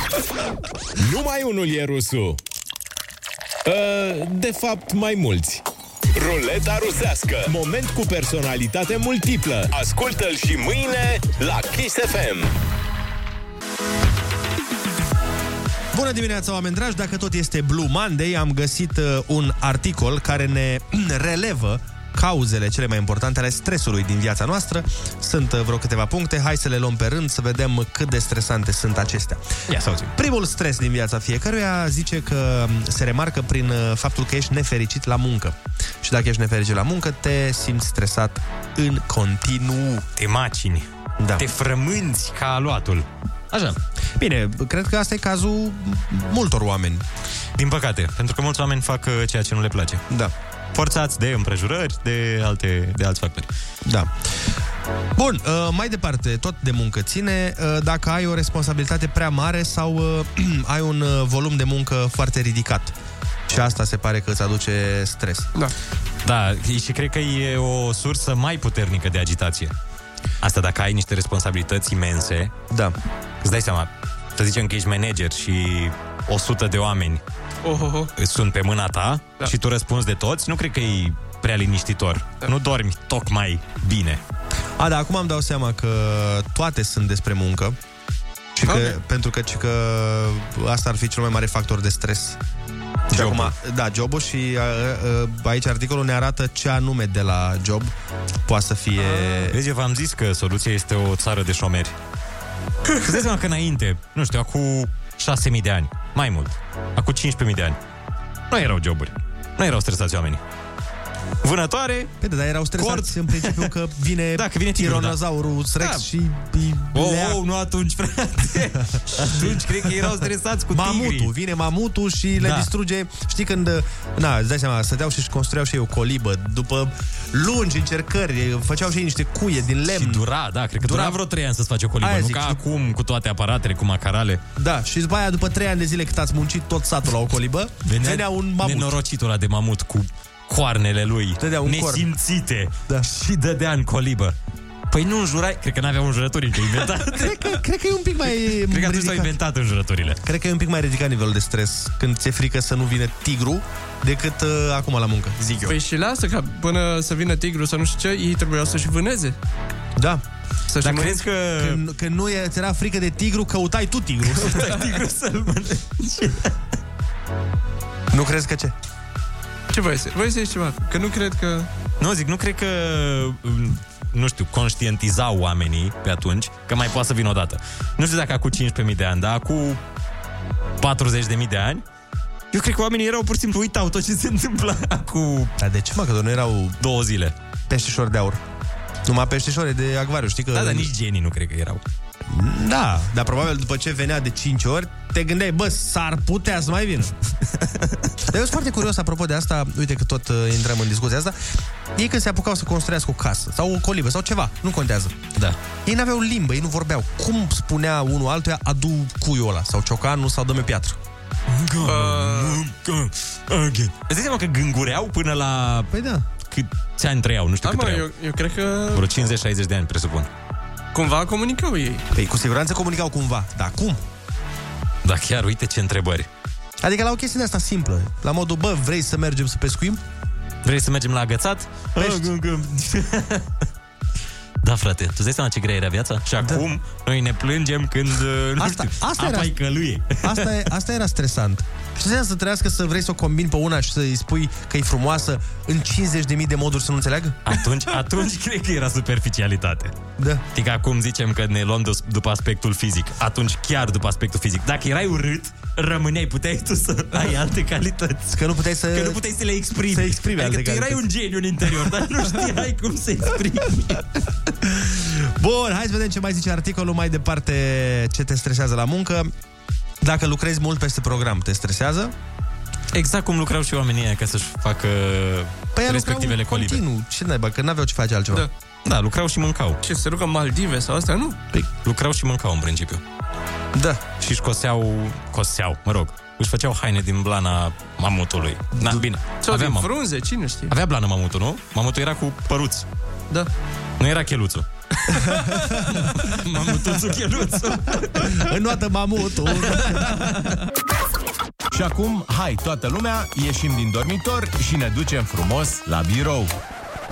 [SPEAKER 19] Numai unul e rusul. Uh, De fapt, mai mulți. Ruleta rusească. Moment cu personalitate multiplă. Ascultă-l și mâine la Kiss FM.
[SPEAKER 7] Bună dimineața, oameni dragi! Dacă tot este Blue Monday, am găsit uh, un articol care ne relevă cauzele cele mai importante ale stresului din viața noastră. Sunt uh, vreo câteva puncte, hai să le luăm pe rând să vedem cât de stresante sunt acestea.
[SPEAKER 10] Ia să auzim.
[SPEAKER 7] Primul stres din viața fiecăruia zice că se remarcă prin uh, faptul că ești nefericit la muncă. Și dacă ești nefericit la muncă, te simți stresat în continuu.
[SPEAKER 10] Te macini.
[SPEAKER 7] Da.
[SPEAKER 10] Te frămânți ca aluatul. Așa.
[SPEAKER 7] Bine, cred că asta e cazul multor oameni.
[SPEAKER 10] Din păcate, pentru că mulți oameni fac uh, ceea ce nu le place.
[SPEAKER 7] Da.
[SPEAKER 10] Forțați de împrejurări, de alte, de alți factori.
[SPEAKER 7] Da. Bun, uh, mai departe, tot de muncă ține uh, dacă ai o responsabilitate prea mare sau uh, ai un uh, volum de muncă foarte ridicat. Și asta se pare că îți aduce stres.
[SPEAKER 9] Da.
[SPEAKER 10] Da, și cred că e o sursă mai puternică de agitație. Asta dacă ai niște responsabilități imense.
[SPEAKER 7] Da.
[SPEAKER 10] Îți dai seama, să zicem că ești manager și 100 de oameni
[SPEAKER 9] Oh, oh, oh.
[SPEAKER 10] sunt pe mâna ta da. și tu răspunzi de toți, nu cred că e prea liniștitor. Da. Nu dormi tocmai bine.
[SPEAKER 7] A, da, acum îmi dau seama că toate sunt despre muncă. Și că,
[SPEAKER 10] Ok.
[SPEAKER 7] Pentru că, ci că asta ar fi cel mai mare factor de stres. Și acum, da, jobul și a, a, aici articolul ne arată ce anume de la job poate să fie...
[SPEAKER 10] Vezi, eu v-am zis că soluția este o țară de șomeri. Îți dai seama că înainte, nu știu, acum 6.000 de ani, mai mult, acum 15.000 de ani, nu erau joburi, nu erau stresați oamenii. Vânătoare,
[SPEAKER 7] Păi da, dar erau stresați în principiu că vine,
[SPEAKER 10] Da, că vine tigrul, da.
[SPEAKER 7] Tyrannosaurus Rex
[SPEAKER 10] Da.
[SPEAKER 7] și... îi
[SPEAKER 10] Oh,
[SPEAKER 7] lea-
[SPEAKER 10] oh, nu atunci, frate. atunci cred că erau stresați cu
[SPEAKER 7] mamutul,
[SPEAKER 10] tigrii.
[SPEAKER 7] vine mamutul și le
[SPEAKER 10] Da.
[SPEAKER 7] distruge. Știi când, na, îți dai seama, stăteau și-și construiau și ei o colibă după lungi încercări, făceau și ei niște cuie din lemn.
[SPEAKER 10] Și dura, da, cred că dura,
[SPEAKER 7] Dura-
[SPEAKER 10] vreo 3 ani să-ți faci o colibă,
[SPEAKER 7] Aia
[SPEAKER 10] nu
[SPEAKER 7] zic,
[SPEAKER 10] ca
[SPEAKER 7] și
[SPEAKER 10] acum cu toate aparatele, cu macarale.
[SPEAKER 7] Da, și după aia, după trei ani de zile cât ați muncit tot satul la o colibă, venea, venea un mamut.
[SPEAKER 10] Nenorocitul ăla de mamut cu coarnele lui
[SPEAKER 7] Dădea un corn.
[SPEAKER 10] nesimțite da. și dădea în colibă. Păi nu înjurai, cred că n-avea înjurături încă inventat.
[SPEAKER 7] cred, că, cred că e un pic mai
[SPEAKER 10] cred că atunci s-au
[SPEAKER 7] ridicat.
[SPEAKER 10] inventat înjurăturile.
[SPEAKER 7] Cred că e un pic mai ridicat nivelul de stres când ți-e frică să nu vină tigru decât uh, acum la muncă, zic eu.
[SPEAKER 9] Păi și lasă ca până să vină tigru sau nu știu ce, ei trebuiau să-și vâneze.
[SPEAKER 7] Da.
[SPEAKER 9] Să
[SPEAKER 10] Dar crezi că...
[SPEAKER 7] Când, când nu e, ți era frică de tigru, căutai tu tigru.
[SPEAKER 10] tigru să-l mănânci.
[SPEAKER 7] nu crezi că ce?
[SPEAKER 9] Ce voi să, voi să zici ceva? Că nu cred că...
[SPEAKER 10] Nu, zic, nu cred că m, nu știu, conștientizau oamenii pe atunci că mai poate să vină odată. Nu știu dacă cu 15.000 de ani, dar cu 40.000 de ani, eu cred că oamenii erau pur și simplu uitau tot ce se întâmpla cu
[SPEAKER 7] Dar de ce, mă, că nu erau
[SPEAKER 10] două zile?
[SPEAKER 7] peștișori de aur? Numai peștișori de acvariu, știi că...
[SPEAKER 10] Da, dar nici genii nu cred că erau.
[SPEAKER 7] Da, dar probabil după ce venea de 5 ori, te gândeai, bă, s-ar putea să mai vină. dar eu sunt foarte curios, apropo de asta, uite că tot uh, intrăm în discuția asta, ei când se apucau să construiască o casă sau o colibă sau ceva, nu contează.
[SPEAKER 10] Da.
[SPEAKER 7] Ei n-aveau limbă, ei nu vorbeau. Cum spunea unul altuia, adu cuiul ăla sau ciocanul sau dă-mi o piatră?
[SPEAKER 9] Uh.
[SPEAKER 10] Okay. Îți dai seama că gângureau până la...
[SPEAKER 7] Păi da.
[SPEAKER 10] Câți ani trăiau, nu știu
[SPEAKER 9] Da,
[SPEAKER 10] cât
[SPEAKER 9] mă,
[SPEAKER 10] trăiau.
[SPEAKER 9] eu, eu cred că
[SPEAKER 10] Vreo 50-60 de ani, presupun.
[SPEAKER 9] cumva comunicau ei.
[SPEAKER 7] Păi cu siguranță comunicau cumva, dar cum?
[SPEAKER 10] Da, chiar, uite ce întrebări.
[SPEAKER 7] Adică la o chestie de asta simplă, la modul, bă, vrei să mergem să pescuim?
[SPEAKER 10] Vrei să mergem la agățat? Păi,
[SPEAKER 7] Pești.
[SPEAKER 10] Da, frate, tu îți dai seama ce grea era viața? Da. Și acum noi ne plângem când, uh, nu
[SPEAKER 7] Asta-
[SPEAKER 10] știu,
[SPEAKER 7] asta
[SPEAKER 10] apa
[SPEAKER 7] era-
[SPEAKER 10] era... căluie.
[SPEAKER 7] Asta, e, asta era stresant. Și înseamnă să trăiască să vrei să o combini pe una și să-i spui că e frumoasă în 50.000 de moduri să nu înțeleagă?
[SPEAKER 10] Atunci, atunci cred că era superficialitate.
[SPEAKER 7] Da.
[SPEAKER 10] Știi că Adică acum zicem că ne luăm dus- după aspectul fizic. Atunci chiar după aspectul fizic. Dacă erai urât, rămâneai, puteai tu să ai alte calități.
[SPEAKER 7] Că nu puteai să...
[SPEAKER 10] Că nu puteai să le exprimi.
[SPEAKER 7] Să exprimi
[SPEAKER 10] adică
[SPEAKER 7] alte
[SPEAKER 10] tu erai un
[SPEAKER 7] calități.
[SPEAKER 10] geniu în interior, dar nu știai cum să exprimi.
[SPEAKER 7] Bun, hai să vedem ce mai zice articolul mai departe ce te stresează la muncă. Dacă lucrezi mult peste program, te stresează?
[SPEAKER 10] Exact cum lucrau și oamenii ăia ca să-și facă
[SPEAKER 7] Păi ea
[SPEAKER 10] respectivele
[SPEAKER 7] lucrau
[SPEAKER 10] colibe.
[SPEAKER 7] continuu. Ce naiba, că n-aveau ce face altceva. Da.
[SPEAKER 10] Da, lucrau și mâncau.
[SPEAKER 9] Ce, se rugă Maldive sau asta, nu?
[SPEAKER 10] Păi, lucrau și mâncau în principiu.
[SPEAKER 7] Da.
[SPEAKER 10] Și își coseau, coseau, mă rog, își făceau haine din blana mamutului.
[SPEAKER 7] Da.
[SPEAKER 10] Na, bine.
[SPEAKER 9] Sau din
[SPEAKER 10] mam-
[SPEAKER 9] frunze, cine știe?
[SPEAKER 10] Avea blană mamutul, nu? Mamutul era cu păruți.
[SPEAKER 9] Da.
[SPEAKER 10] Nu era cheluțul. mamutul cheluțul.
[SPEAKER 7] În noată mamutul.
[SPEAKER 19] Și acum, hai, toată lumea, ieșim din dormitor și ne ducem frumos la birou.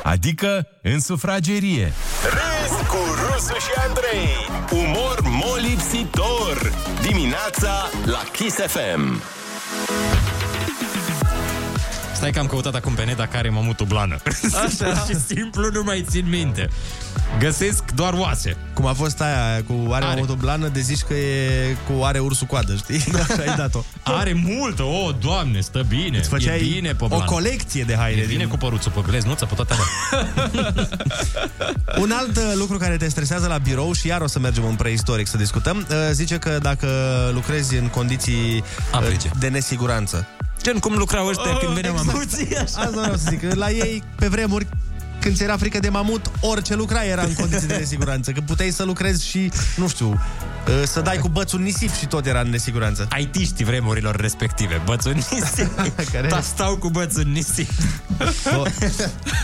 [SPEAKER 19] Adică în sufragerie.
[SPEAKER 6] Râzi cu Rusu și Andrei. Umor molipsitor. Dimineața la Kiss FM.
[SPEAKER 10] Stai că am căutat acum pe net dacă are mamutul blană.
[SPEAKER 6] Așa.
[SPEAKER 10] și simplu nu mai țin minte. Găsesc doar oase.
[SPEAKER 7] Cum a fost aia cu are, are. o blană de zici că e cu are ursul coadă, știi?
[SPEAKER 10] Da.
[SPEAKER 7] Așa ai dat-o.
[SPEAKER 10] Are multă, o, oh, doamne, stă bine.
[SPEAKER 7] Îți făceai
[SPEAKER 10] e bine pe
[SPEAKER 7] o
[SPEAKER 10] blană.
[SPEAKER 7] colecție de haine
[SPEAKER 10] E bine
[SPEAKER 7] din-
[SPEAKER 10] cu păruțul pe gleznuță, pe toate alea.
[SPEAKER 7] Un alt uh, lucru care te stresează la birou și iar o să mergem în preistoric să discutăm, uh, zice că dacă lucrezi în condiții uh, de nesiguranță.
[SPEAKER 10] Gen cum lucrau ăștia când veneam
[SPEAKER 7] Oh, exact. Asta vreau să zic. că La ei, pe vremuri, când ți era frică de mamut, orice lucra era în condiții de nesiguranță. Că puteai să lucrezi și, nu știu, uh, să dai cu bățul în nisip și tot era în nesiguranță.
[SPEAKER 10] Aitiștii vremurilor respective, bățul în nisip.
[SPEAKER 7] Care-
[SPEAKER 10] Dar Da, stau cu bățul în nisip.
[SPEAKER 7] Bă,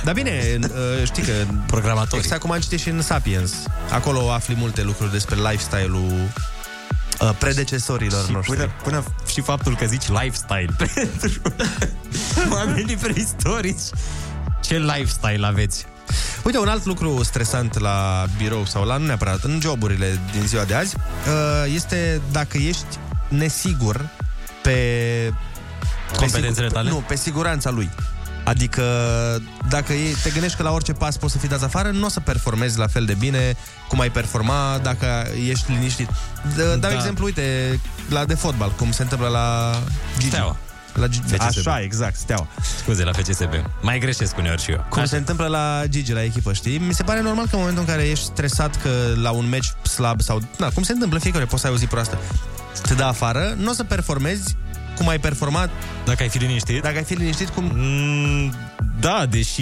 [SPEAKER 7] Dar bine, uh, știi că...
[SPEAKER 10] Programatori.
[SPEAKER 7] Exact cum am citit și în Sapiens. Acolo afli multe lucruri despre lifestyle-ul uh, predecesorilor
[SPEAKER 10] și
[SPEAKER 7] noștri.
[SPEAKER 10] Până, până și faptul că zici lifestyle pentru oamenii preistorici. Ce lifestyle aveți?
[SPEAKER 7] Uite, un alt lucru stresant la birou sau la nu neapărat, în joburile din ziua de azi, uh, este dacă ești nesigur pe...
[SPEAKER 10] Competențele
[SPEAKER 7] pe sigur-
[SPEAKER 10] tale?
[SPEAKER 7] Nu, pe siguranța lui. Adică dacă e, te gândești că la orice pas poți să fii dat afară, nu o să performezi la fel de bine cum ai performa dacă ești liniștit. D- Dau
[SPEAKER 10] Da.
[SPEAKER 7] da. exemplu, uite, la de fotbal, cum se întâmplă la Gigi.
[SPEAKER 10] Steaua.
[SPEAKER 7] La Gigi.
[SPEAKER 10] FCSB.
[SPEAKER 7] Așa, exact, steaua.
[SPEAKER 10] Scuze, la FCSB. Mai greșesc uneori și eu.
[SPEAKER 7] Cum Așa. se întâmplă la Gigi, la echipă, știi? Mi se pare normal că în momentul în care ești stresat că la un meci slab sau... Na, cum se întâmplă, fiecare poți să ai o zi proastă. Te dă afară, nu o să performezi cum ai performat.
[SPEAKER 10] Dacă ai fi liniștit?
[SPEAKER 7] Dacă ai fi liniștit, cum...
[SPEAKER 10] Mm, Da, deși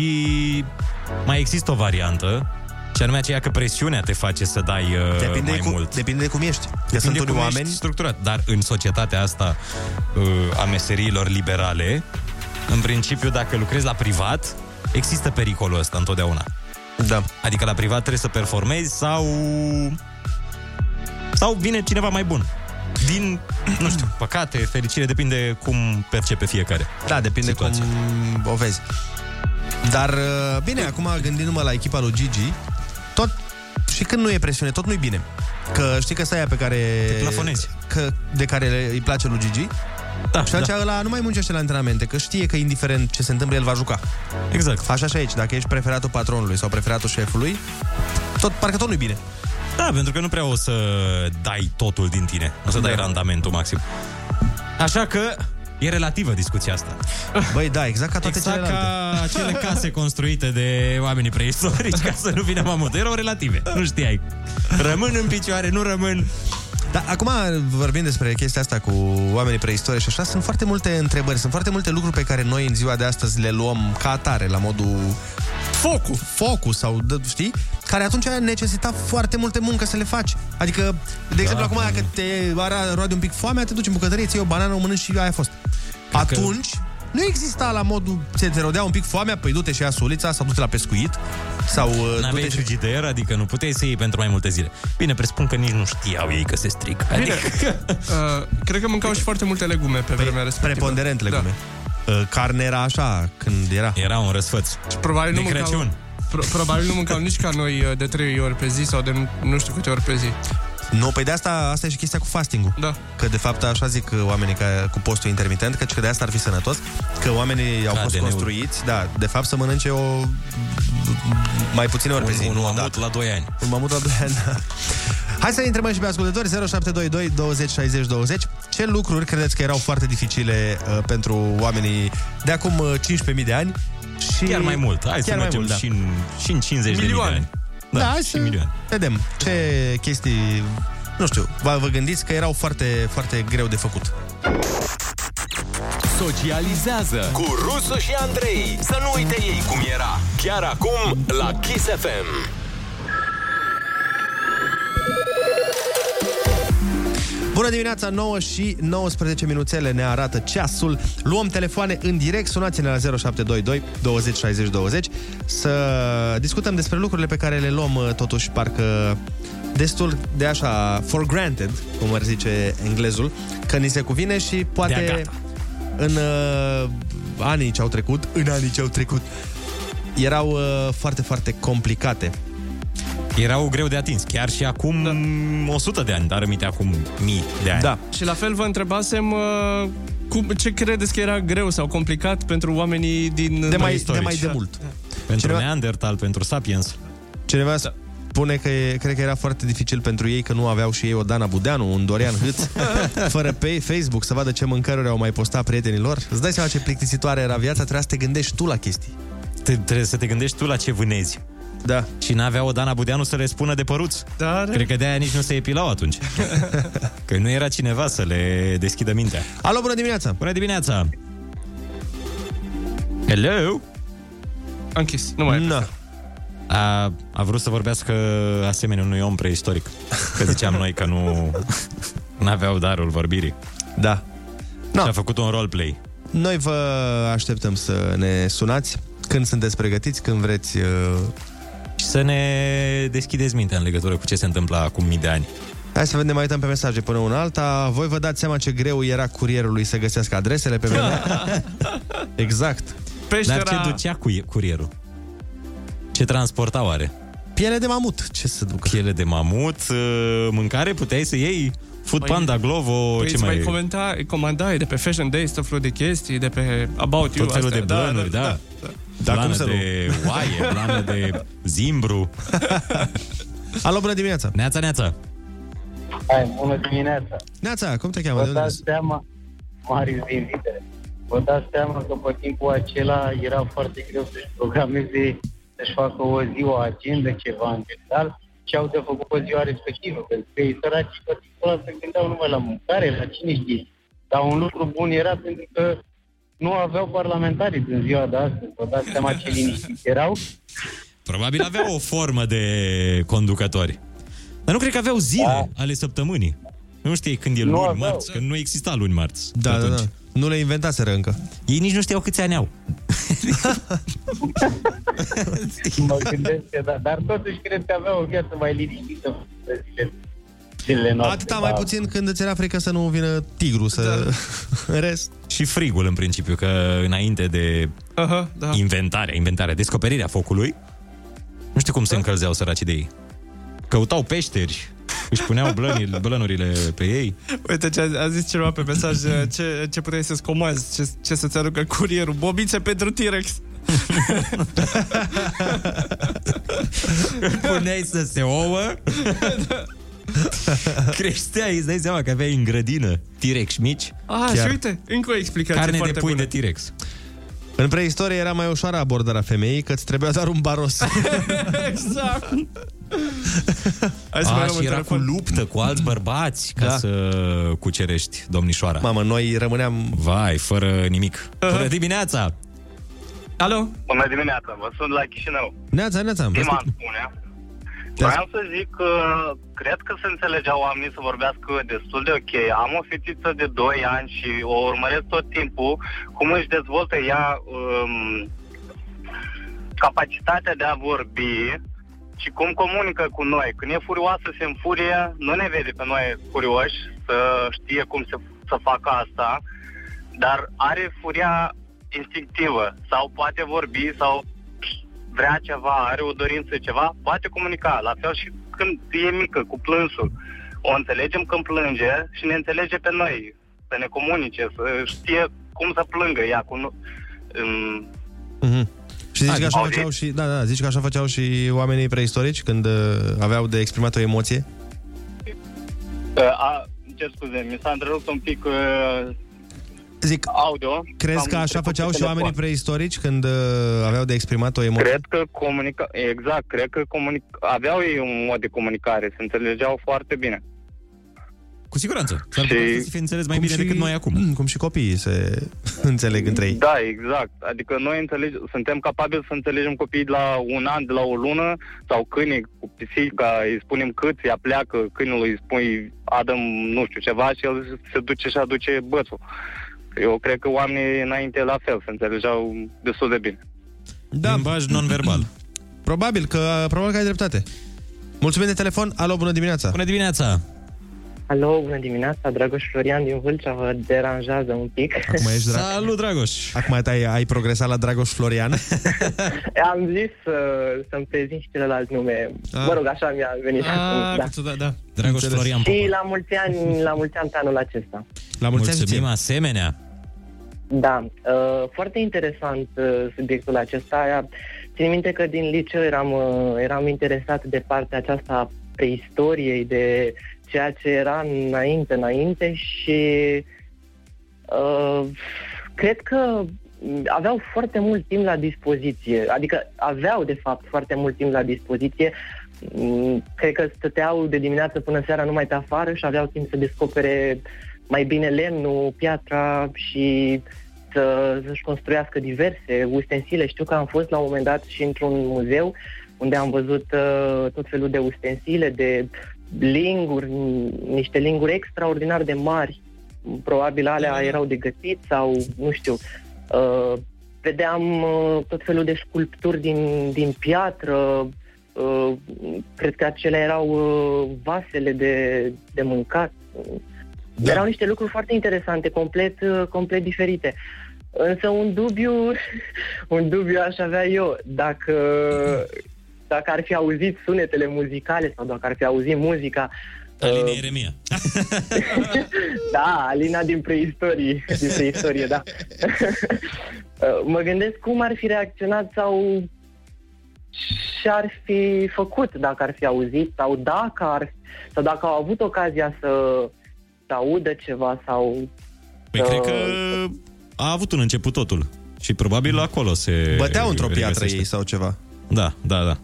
[SPEAKER 10] mai există o variantă, și anume aceea că presiunea te face să dai uh,
[SPEAKER 7] Depinde
[SPEAKER 10] mai
[SPEAKER 7] cum-
[SPEAKER 10] mult.
[SPEAKER 7] Depinde de cum ești. Că sunt
[SPEAKER 10] Depinde
[SPEAKER 7] unii
[SPEAKER 10] cum ești
[SPEAKER 7] oameni-
[SPEAKER 10] structurat, dar în societatea asta uh, a meseriilor liberale, în principiu, dacă lucrezi la privat, există pericolul ăsta întotdeauna.
[SPEAKER 7] Da.
[SPEAKER 10] Adică la privat trebuie să performezi sau... Sau vine cineva mai bun. Din, nu știu, păcate, fericire, depinde cum percepe fiecare.
[SPEAKER 7] Da, depinde Situația. cum Mm, o vezi. Dar, uh, bine, acum gândindu-mă la echipa lui Gigi, tot și când nu e presiune, tot nu-i bine. Că știi că aia pe care...
[SPEAKER 10] Te plafonezi.
[SPEAKER 7] Că, de care le- îi place lui Gigi.
[SPEAKER 10] Da,
[SPEAKER 7] și atunci
[SPEAKER 10] da.
[SPEAKER 7] ăla nu mai muncește la antrenamente, că știe că indiferent ce se întâmplă, el va juca.
[SPEAKER 10] Exact.
[SPEAKER 7] Așa și aici, dacă ești preferatul patronului sau preferatul șefului, tot, parcă tot nu-i bine.
[SPEAKER 10] Da, pentru că nu prea o să dai totul din tine. O să
[SPEAKER 7] Da.
[SPEAKER 10] dai randamentul maxim. Așa că e relativă discuția asta.
[SPEAKER 7] Băi, da, exact ca toate
[SPEAKER 10] exact ca
[SPEAKER 7] celelalte.
[SPEAKER 10] acele case construite de oamenii preistorici ca să nu vină mamutul. Erau relative. Nu știai. Rămân în picioare, nu rămân.
[SPEAKER 7] Dar Da, acum vorbim despre chestia asta cu oamenii preistorici și așa, sunt foarte multe întrebări, sunt foarte multe lucruri pe care noi în ziua de astăzi le luăm ca atare, la modul focul, focul sau dă- știi, care atunci necesita foarte multe muncă să le faci. Adică, de
[SPEAKER 9] Da,
[SPEAKER 7] exemplu, acum dacă te ara- roade un pic foamea, te duci în bucătărie, ții o banană, o mănânci și aia a fost. atunci nu exista la modul ce te rodea un pic foamea, păi du-te și ia sulița sau du-te la pescuit sau uh,
[SPEAKER 10] N-aveai
[SPEAKER 7] du-te și
[SPEAKER 10] frigider, adică nu puteai să iei pentru mai multe zile. Bine, presupun că nici nu știau ei că se strică.
[SPEAKER 9] Bine,
[SPEAKER 10] Adică... Păi,
[SPEAKER 9] uh, cred că mâncau și foarte multe legume pe vremea respectivă.
[SPEAKER 7] Preponderent legume. Da. Carne era așa când era.
[SPEAKER 10] Era un răsfăț.
[SPEAKER 9] Probabil nu
[SPEAKER 10] De
[SPEAKER 9] mâncau-
[SPEAKER 10] Crăciun.
[SPEAKER 9] Pro- probabil nu mâncau nici ca noi uh, de trei ori pe zi sau de nu- nu știu câte ori pe zi.
[SPEAKER 7] Nu, păi de asta, asta e și chestia cu fasting-ul. Da. Că de fapt așa zic uh, oamenii ca, cu postul intermitent, căci că de asta ar fi sănătos, că oamenii au fost
[SPEAKER 10] ADN-ul.
[SPEAKER 7] construiți, da, de fapt să mănânce o mai puține ori pe
[SPEAKER 10] Un-
[SPEAKER 7] zi. Da,
[SPEAKER 10] un
[SPEAKER 7] nu o
[SPEAKER 10] mamut
[SPEAKER 7] dată.
[SPEAKER 10] la 2 ani.
[SPEAKER 7] Un mamut la 2 ani, da. Hai să intrăm și pe ascultători 0722 20 60 20 Ce lucruri credeți că erau foarte dificile uh, pentru oamenii de acum uh, 15.000 de ani și
[SPEAKER 10] Chiar mai mult. Hai să
[SPEAKER 7] chiar mai
[SPEAKER 10] mergem
[SPEAKER 7] mult, da.
[SPEAKER 10] și, în, și în 50 de mii de ani.
[SPEAKER 7] Da, hai să vedem ce chestii, nu știu, vă, vă gândiți că erau foarte, foarte greu de făcut.
[SPEAKER 19] Socializează
[SPEAKER 6] Cu Rusu și Andrei Să nu uite ei cum era Chiar acum la Kiss FM
[SPEAKER 7] Bună dimineața, 9 și 19 minuțele ne arată ceasul. Luăm telefoane în direct, sunați-ne la 0722 20 60 20 să discutăm despre lucrurile pe care le luăm uh, totuși parcă destul de așa for granted, cum ar zice englezul, că ni se cuvine și
[SPEAKER 10] Dea
[SPEAKER 7] poate
[SPEAKER 10] gata.
[SPEAKER 7] în uh, anii ce au trecut, în anii ce au trecut, erau uh, foarte, foarte complicate.
[SPEAKER 10] Erau greu de atins. Chiar și acum da. 100 de ani, dar rămite acum mii de ani. Da.
[SPEAKER 9] Și la fel vă întrebasem uh, cum, ce credeți că era greu sau complicat pentru oamenii din
[SPEAKER 7] De mai-
[SPEAKER 9] preistorici.
[SPEAKER 7] de mai demult.
[SPEAKER 10] Pentru Cineva... Neandertal, pentru Sapiens.
[SPEAKER 7] Cineva da. spune că e, cred că era foarte dificil pentru ei că nu aveau și ei o Dana Budeanu, un Dorian Hâț, fără pe Facebook să vadă ce mâncăruri au mai postat prietenilor. Îți dai seama ce plictisitoare era viața, trebuia să te gândești tu la chestii.
[SPEAKER 10] Te, trebuie să te gândești tu la ce vânezi.
[SPEAKER 7] Da.
[SPEAKER 10] Și n-avea o Dana Budeanu să le spună de păruț.
[SPEAKER 9] Da,
[SPEAKER 10] Cred că de-aia nici nu se epilau atunci. că nu era cineva să le deschidă mintea.
[SPEAKER 7] Alo, bună dimineața!
[SPEAKER 10] Bună dimineața! Hello!
[SPEAKER 9] Am închis, nu mai
[SPEAKER 7] no.
[SPEAKER 10] a, a vrut să vorbească asemenea unui om preistoric. Că ziceam noi că nu aveau darul vorbirii.
[SPEAKER 7] Da.
[SPEAKER 10] No. Și a făcut un roleplay.
[SPEAKER 7] Noi vă așteptăm să ne sunați când sunteți pregătiți, când vreți... Uh...
[SPEAKER 10] Și să ne deschideți mintea în legătură cu ce se întâmplă acum mii de ani.
[SPEAKER 7] Hai să vedem, mai uităm pe mesaje până una alta. Voi vă dați seama ce greu era curierului să găsească adresele pe vremea. exact.
[SPEAKER 10] Dar ce ducea cu curierul? Ce transporta oare?
[SPEAKER 7] Piele de mamut, ce să ducă?
[SPEAKER 10] Piele de mamut, uh, mâncare puteai să iei Food
[SPEAKER 9] Păi-
[SPEAKER 10] Panda, Glovo,
[SPEAKER 9] Păi
[SPEAKER 10] ce
[SPEAKER 9] îți mai
[SPEAKER 10] mai...
[SPEAKER 9] comenta, comandai de pe Fashion Days tot felul de chestii, de pe About You.
[SPEAKER 10] Tot felul
[SPEAKER 9] astea.
[SPEAKER 10] de blănuri, da. da,
[SPEAKER 9] Da,
[SPEAKER 10] Blană
[SPEAKER 9] cum să nu?
[SPEAKER 10] de oaie, blană de zimbru.
[SPEAKER 7] Alo, bună dimineața!
[SPEAKER 10] Neața, neața!
[SPEAKER 13] Hai, bună dimineața!
[SPEAKER 7] Neața, cum te
[SPEAKER 13] Vă dați seama, Marius din Vitere, vă dați seama că pe timpul acela era foarte greu să-și programeze, să-și facă o zi, o agenda, ceva în detal, și au de făcut pe ziua respectivă, pentru că ei săraci pe timpul ăla se gândeau numai la mâncare, la cine știe. Dar un lucru bun era pentru că nu aveau parlamentarii din ziua de astăzi, vă dați seama ce liniștiți erau.
[SPEAKER 10] Probabil aveau o formă de conducători. Dar nu cred că aveau zile da. ale săptămânii. Nu știi când e
[SPEAKER 13] Nu
[SPEAKER 10] luni,
[SPEAKER 13] aveau.
[SPEAKER 10] marți, că nu exista luni, marți.
[SPEAKER 7] Da, da,
[SPEAKER 10] atunci.
[SPEAKER 7] da. Nu le inventaseră încă.
[SPEAKER 10] Ei nici nu știau câți ani au.
[SPEAKER 13] mă gândesc că da, dar totuși cred că aveau o viață mai liniștită pe zile, zilele noastre.
[SPEAKER 7] Atâta
[SPEAKER 13] da.
[SPEAKER 7] mai puțin când îți era frică să nu vină tigru să... Da. rest.
[SPEAKER 10] Și frigul, în principiu, că înainte de
[SPEAKER 9] Aha, da.
[SPEAKER 10] inventarea, inventarea, descoperirea focului, nu știu
[SPEAKER 7] Da.
[SPEAKER 10] cum se încălzeau săracii de ei. Căutau peșteri, își puneau blănile, blănurile pe ei.
[SPEAKER 9] Păi, Uite ce a, a zis cineva pe mesaj, ce, ce puteai să-ți comanzi, ce, ce să-ți aducă curierul, bobițe pentru T-Rex.
[SPEAKER 10] Puneai să se ouă Creșteai, îți dai seama că aveai în grădină T-Rex mici
[SPEAKER 9] Ah, și uite, încă o explicație
[SPEAKER 10] Carne de
[SPEAKER 9] foarte
[SPEAKER 10] pui
[SPEAKER 9] bună.
[SPEAKER 10] de T-Rex
[SPEAKER 7] În preistorie era mai ușoară abordarea femeii, că îți trebuia doar un baros.
[SPEAKER 9] exact.
[SPEAKER 10] Hai
[SPEAKER 7] să mai
[SPEAKER 10] A,
[SPEAKER 7] luăm
[SPEAKER 10] și
[SPEAKER 7] un
[SPEAKER 10] era cu
[SPEAKER 7] telefon.
[SPEAKER 10] luptă cu alți bărbați Ca
[SPEAKER 7] Da.
[SPEAKER 10] să cucerești domnișoara
[SPEAKER 7] Mamă, noi rămâneam
[SPEAKER 10] Vai, fără nimic Bună dimineața!
[SPEAKER 9] Alo?
[SPEAKER 14] Bună dimineața, vă sunt la Chișinău.
[SPEAKER 7] Neața, neața. vă
[SPEAKER 14] Dima
[SPEAKER 7] ascult.
[SPEAKER 14] îmi spunea. Vreau să zic că cred că se înțelegeau oamenii să vorbească destul de ok. Am o fetiță de 2 ani și o urmăresc tot timpul cum își dezvoltă ea um, capacitatea de a vorbi și cum comunică cu noi. Când e furioasă, se înfurie, nu ne vede pe noi furioși să știe cum se, să facă asta, dar are furia instinctivă sau poate vorbi sau vrea ceva, are o dorință ceva, poate comunica. La fel și când e mică, cu plânsul. o înțelegem când plânge și ne înțelege pe noi, să ne comunice, să știe cum să plângă ea. Cu... nu- În...
[SPEAKER 7] Mm-hmm. Și zici
[SPEAKER 14] Hai,
[SPEAKER 7] că, așa
[SPEAKER 14] auzi?
[SPEAKER 7] făceau și, da, da, zici că așa făceau și oamenii preistorici când uh, aveau de exprimat o emoție?
[SPEAKER 14] Uh, A, îmi cer scuze, mi s-a întrerupt un pic uh,
[SPEAKER 7] Zic,
[SPEAKER 14] audio.
[SPEAKER 7] Crezi
[SPEAKER 14] Am
[SPEAKER 7] că așa
[SPEAKER 14] trecut pe
[SPEAKER 7] făceau și
[SPEAKER 14] telefon.
[SPEAKER 7] oamenii preistorici când uh, aveau de exprimat o emoție?
[SPEAKER 14] Cred că comunica... Exact, cred că comunic... aveau ei un mod de comunicare, se înțelegeau foarte bine.
[SPEAKER 10] Cu siguranță. S-ar putea să fie înțeles mai
[SPEAKER 7] Cum
[SPEAKER 10] bine decât noi acum.
[SPEAKER 7] Mm, Cum și copiii se înțeleg între ei.
[SPEAKER 14] Da, exact. Adică noi înțelege... suntem capabili să înțelegem copiii de la un an, de la o lună, sau câinii cu pisica, îi spunem cât, ea pleacă, câinului îi spui Adam nu știu ceva și el se duce și aduce bățul. Eu cred că oamenii înainte la fel se înțelegeau destul de bine.
[SPEAKER 7] Da. Limbaj
[SPEAKER 10] non-verbal.
[SPEAKER 7] Probabil că, probabil că ai dreptate. Mulțumim de telefon. Alo, bună dimineața. Bună
[SPEAKER 10] dimineața.
[SPEAKER 27] Alo, bună dimineața, Dragoș Florian din Vâlcea, vă deranjează un pic.
[SPEAKER 7] Acum ești drag.
[SPEAKER 10] Salut, Dragoș.
[SPEAKER 7] Acum ai, ai progresat la Dragoș Florian.
[SPEAKER 27] Am zis uh, să-mi prezint și celălalt nume.
[SPEAKER 7] Ah.
[SPEAKER 27] Mă rog, așa mi-a venit.
[SPEAKER 7] Ah,
[SPEAKER 27] da.
[SPEAKER 7] da, da.
[SPEAKER 10] Dragoș Florian
[SPEAKER 27] Și la mulți ani, la mulți ani pe anul acesta.
[SPEAKER 7] La
[SPEAKER 10] mulți Mulțumim asemenea.
[SPEAKER 27] Da, uh, foarte interesant uh, subiectul acesta. Țin minte că din liceu eram, uh, eram interesat de partea aceasta a preistoriei, de ceea ce era înainte, înainte și uh, cred că aveau foarte mult timp la dispoziție, adică aveau de fapt foarte mult timp la dispoziție. Mm, Cred că stăteau de dimineață până seara numai pe afară și aveau timp să descopere mai bine lemnul, piatra și să, să-și construiască diverse ustensile. Știu că am fost la un moment dat și într-un muzeu unde am văzut uh, tot felul de ustensile, de linguri, n- niște linguri extraordinar de mari. Probabil alea erau de gătit sau nu știu. Uh, vedeam uh, tot felul de sculpturi din, din piatră, uh, cred că acelea erau uh, vasele de, de mâncat. Da. Erau niște lucruri foarte interesante, complet, uh, complet diferite. Însă un dubiu, un dubiu aș avea eu, dacă, dacă ar fi auzit sunetele muzicale sau dacă ar fi auzit muzica, uh,
[SPEAKER 10] Aline Ieremia.
[SPEAKER 27] da, Alina din preistorie, din preistorie, da. Uh, mă gândesc cum ar fi reacționat sau ce ar fi făcut dacă ar fi auzit sau dacă ar sau dacă au avut ocazia să, să audă ceva sau
[SPEAKER 10] Păi cred că a avut un început totul. Și probabil acolo se...
[SPEAKER 7] Băteau într-o piatră
[SPEAKER 10] regăsește.
[SPEAKER 7] ei sau ceva.
[SPEAKER 10] Da, da, da.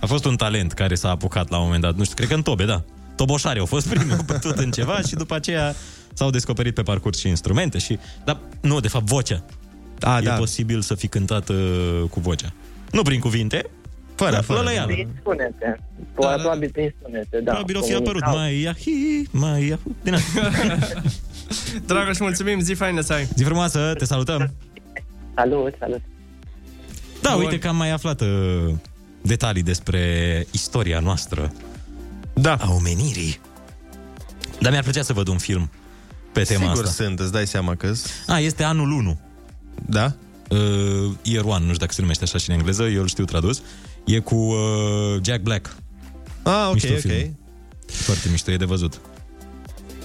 [SPEAKER 10] A fost un talent care s-a apucat la un moment dat. Nu știu, cred că în tobe, da. Toboșari au fost primii, au bătut în ceva și după aceea s-au descoperit pe parcurs și instrumente și... Dar nu, de fapt, vocea.
[SPEAKER 7] A,
[SPEAKER 10] e da. posibil să fi cântat uh, cu vocea. Nu prin cuvinte,
[SPEAKER 7] Da, fără,
[SPEAKER 10] dar
[SPEAKER 27] fără.
[SPEAKER 10] lălăială.
[SPEAKER 27] prin sunete. Probabil prin sunete, da.
[SPEAKER 10] Da, Probabil o fi apărut
[SPEAKER 27] Comunicau.
[SPEAKER 10] mai iahi, mai iahu. Din
[SPEAKER 9] Dragoș, mulțumim, zi faină să ai.
[SPEAKER 10] Zi frumoasă, te salutăm.
[SPEAKER 27] Salut, salut.
[SPEAKER 10] Da,
[SPEAKER 9] Bun.
[SPEAKER 10] uite că am mai aflat uh, detalii despre istoria noastră.
[SPEAKER 7] Da.
[SPEAKER 10] A omenirii. Dar mi-ar plăcea să văd un film pe tema
[SPEAKER 7] Sigur
[SPEAKER 10] asta.
[SPEAKER 7] sunt, îți dai seama că
[SPEAKER 10] A, este anul 1.
[SPEAKER 7] Da?
[SPEAKER 10] Uh, Year One, nu știu dacă se numește așa și în engleză, eu îl știu tradus. E cu uh, Jack Black.
[SPEAKER 7] Ah, ok, ok.
[SPEAKER 10] Foarte mișto, e de văzut.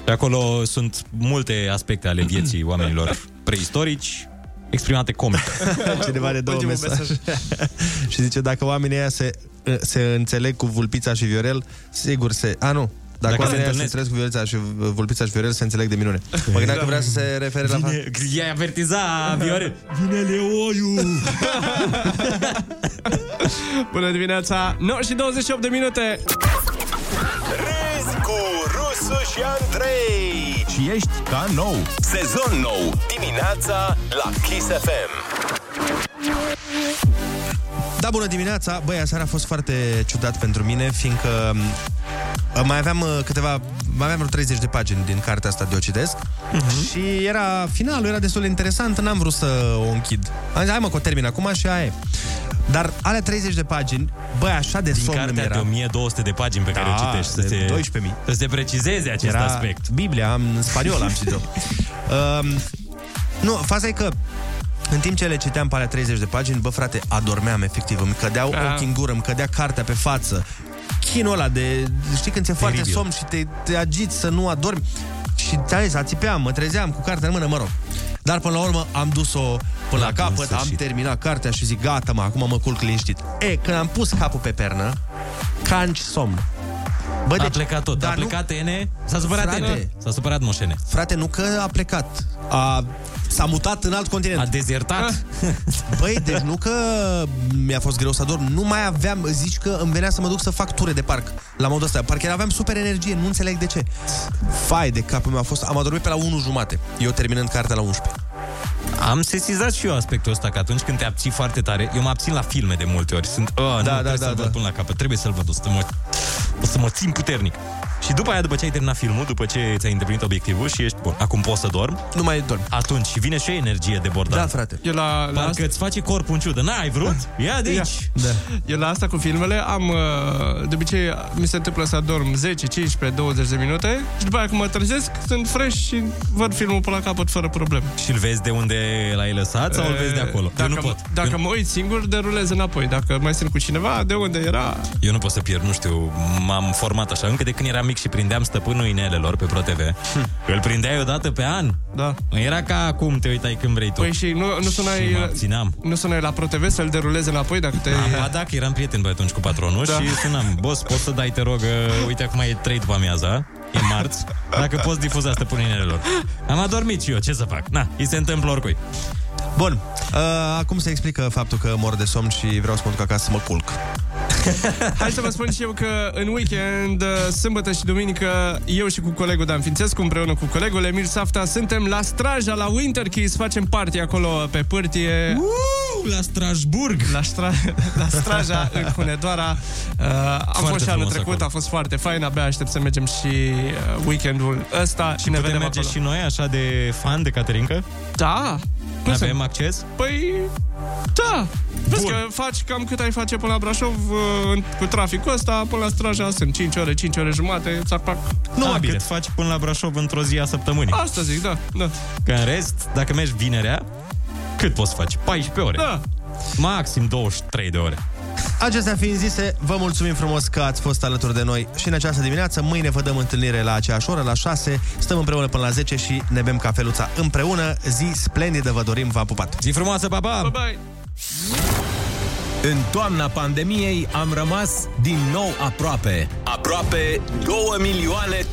[SPEAKER 10] De acolo sunt multe aspecte ale vieții oamenilor preistorici, exprimate comic.
[SPEAKER 7] Cineva de două
[SPEAKER 10] Ultimul
[SPEAKER 7] mesaje. și zice, dacă oamenii aia se, se înțeleg cu Vulpița și Viorel, sigur se... A, nu. Dacă,
[SPEAKER 10] Dacă se
[SPEAKER 7] dacă oamenii aia se
[SPEAKER 10] întâlnesc.
[SPEAKER 7] înțeleg cu Viorel și, Vulpița și Viorel, se înțeleg de minune. Mă gândeam că vrea să se refere la... Da.
[SPEAKER 10] Vine, i-ai avertiza, Viorel. Vine Leoiu!
[SPEAKER 9] Bună dimineața, 9 și 28 de minute.
[SPEAKER 19] Râzi cu Rusu și Andrei Și ești ca nou Sezon nou Dimineața la Kiss FM
[SPEAKER 7] Da, bună dimineața! Băi, aseară a fost foarte ciudat pentru mine, fiindcă m, mai aveam uh, câteva, mai aveam vreo 30 de pagini din cartea asta de Ocidesc
[SPEAKER 10] Mhm.
[SPEAKER 7] uh-huh. și era finalul, era destul de interesant, n-am vrut să o închid. Am zis, hai mă, că o termin acum și aia e. Dar alea 30 de pagini, băi, așa de
[SPEAKER 10] Din
[SPEAKER 7] somn îmi
[SPEAKER 10] cartea
[SPEAKER 7] era.
[SPEAKER 10] de 1200 de pagini pe care o
[SPEAKER 7] Da,
[SPEAKER 10] citești.
[SPEAKER 7] de
[SPEAKER 10] Să te,
[SPEAKER 7] 12.000.
[SPEAKER 10] Să se precizeze acest
[SPEAKER 7] Era
[SPEAKER 10] aspect.
[SPEAKER 7] Biblia, am, în spaniol am citit-o. um, nu, faza e că în timp ce le citeam pe alea 30 de pagini, bă frate, adormeam efectiv, îmi cădeau
[SPEAKER 10] Ah.
[SPEAKER 7] ochii în gură, îmi cădea cartea pe față, chinul ăla de... Știi când ți-e foarte
[SPEAKER 10] Teribil.
[SPEAKER 7] somn și te, te agiți să nu adormi? Și te zis, ațipeam, mă trezeam cu cartea în mână, mă rog. Dar până la urmă am dus-o până la,
[SPEAKER 10] La bun
[SPEAKER 7] capăt, am
[SPEAKER 10] sfârșit.
[SPEAKER 7] terminat cartea și zic, gata mă, acum mă culc liniștit. E, când am pus capul pe pernă, canci somn. Bă, deci-
[SPEAKER 10] a plecat tot. A plecat Ene. S-a supărat
[SPEAKER 7] Frate.
[SPEAKER 10] Ene. S-a supărat Moșene.
[SPEAKER 7] Frate, nu că a plecat. A, s-a mutat în alt continent. A
[SPEAKER 10] dezertat.
[SPEAKER 7] Băi, deci nu că mi-a fost greu să dorm. Nu mai aveam, zici că îmi venea să mă duc să fac ture de parc. La modul ăsta. Parcă aveam super energie, nu înțeleg de ce. Fai de capul meu a fost... Am adormit pe la 1 jumate. Eu terminând cartea la 11.
[SPEAKER 10] Am sesizat și eu aspectul ăsta că atunci când te abții foarte tare, eu mă abțin la filme de multe ori. Sunt, oh, da, nu, da, trebuie da, să-l văd până la capăt, trebuie să-l văd, o să, mă, o să mă țin puternic. Și după aia, după ce ai terminat filmul, după ce ți-ai îndeplinit obiectivul și ești, bun, acum poți să dorm.
[SPEAKER 7] Nu mai dorm.
[SPEAKER 10] Atunci și vine și o energie de bordat. Da,
[SPEAKER 7] frate.
[SPEAKER 9] Eu la, la
[SPEAKER 10] Parcă îți face corpul în ciudă. N-ai vrut? Ia de aici.
[SPEAKER 7] Da.
[SPEAKER 9] Eu la asta cu filmele am... uh, De obicei mi se întâmplă să adorm 10, 15, 20 de minute și după aia când mă trezesc sunt fresh și văd filmul până la capăt fără probleme. Eh,
[SPEAKER 10] Și îl vezi de unde l-ai lăsat sau îl vezi de acolo?
[SPEAKER 9] Dacă,
[SPEAKER 10] eu nu pot.
[SPEAKER 9] dacă mă uit singur, derulez înapoi. Dacă mai sunt cu cineva, de unde era?
[SPEAKER 10] Eu nu pot să pierd, nu știu, m-am format așa Încă de când eram mic și prindeam stăpânul inelelor pe ProTV Îl prindeai odată pe an
[SPEAKER 9] Hm. Da
[SPEAKER 10] Era ca acum, te uitai când vrei tu
[SPEAKER 9] Păi și nu, nu sunai...
[SPEAKER 10] Și mă abțineam
[SPEAKER 9] Nu sunai la ProTV să-l derulezi înapoi dacă te...
[SPEAKER 10] Am- Ba da, că eram prieten pe atunci cu patronul
[SPEAKER 9] Da.
[SPEAKER 10] da. Și sunam, boss, poți să dai, te rog uh, Uite, acum e 3 după amiaza E marți, dacă poți difuza stăpânul inelelor Am adormit și eu, ce să fac? Na, îi se întâmplă oricui
[SPEAKER 7] Bun. Uh, acum se explică faptul că mor de somn și vreau să mă duc acasă să mă culc.
[SPEAKER 9] Hai să vă spun și eu că în weekend, uh, sâmbătă și duminică, eu și cu colegul Dan Fințescu, împreună cu colegul Emil Safta, suntem la Straja, la Winter Keys, facem party acolo pe pârtie.
[SPEAKER 10] Uh, la Strasburg!
[SPEAKER 9] La, stra- la Straja, în Hunedoara. Uh, am
[SPEAKER 10] Foarte
[SPEAKER 9] fost și anul
[SPEAKER 10] frumos
[SPEAKER 9] trecut,
[SPEAKER 10] acolo.
[SPEAKER 9] a fost foarte fain, abia aștept să mergem și uh, weekendul ăsta și ne
[SPEAKER 10] Putem
[SPEAKER 9] vedem
[SPEAKER 10] merge
[SPEAKER 9] acolo.
[SPEAKER 10] și noi așa de fan de Caterinca?
[SPEAKER 9] Da!
[SPEAKER 10] Cum Avem acces?
[SPEAKER 9] Păi, da! Vezi că faci cam cât ai face până la Brașov uh, în- cu traficul ăsta, până la Straja sunt 5 ore, 5 ore jumate, țac pac.
[SPEAKER 10] Nu, ah, cât faci până la Brașov într-o zi a săptămânii.
[SPEAKER 9] Asta zic, da, da.
[SPEAKER 10] Că în rest, dacă mergi vinerea, cât poți să faci? 14 ore.
[SPEAKER 9] Da.
[SPEAKER 10] Maxim 23 de ore.
[SPEAKER 7] Acestea fiind zise, vă mulțumim frumos că ați fost alături de noi și în această dimineață. Mâine vă dăm întâlnire la aceeași oră, la 6. Stăm împreună până la 10 și ne bem cafeluța împreună. Zi splendidă vă dorim, v-am pupat!
[SPEAKER 10] Zi frumoasă, pa, pa!
[SPEAKER 9] Bye.
[SPEAKER 19] În toamna pandemiei am rămas din nou aproape. Aproape 2 milioane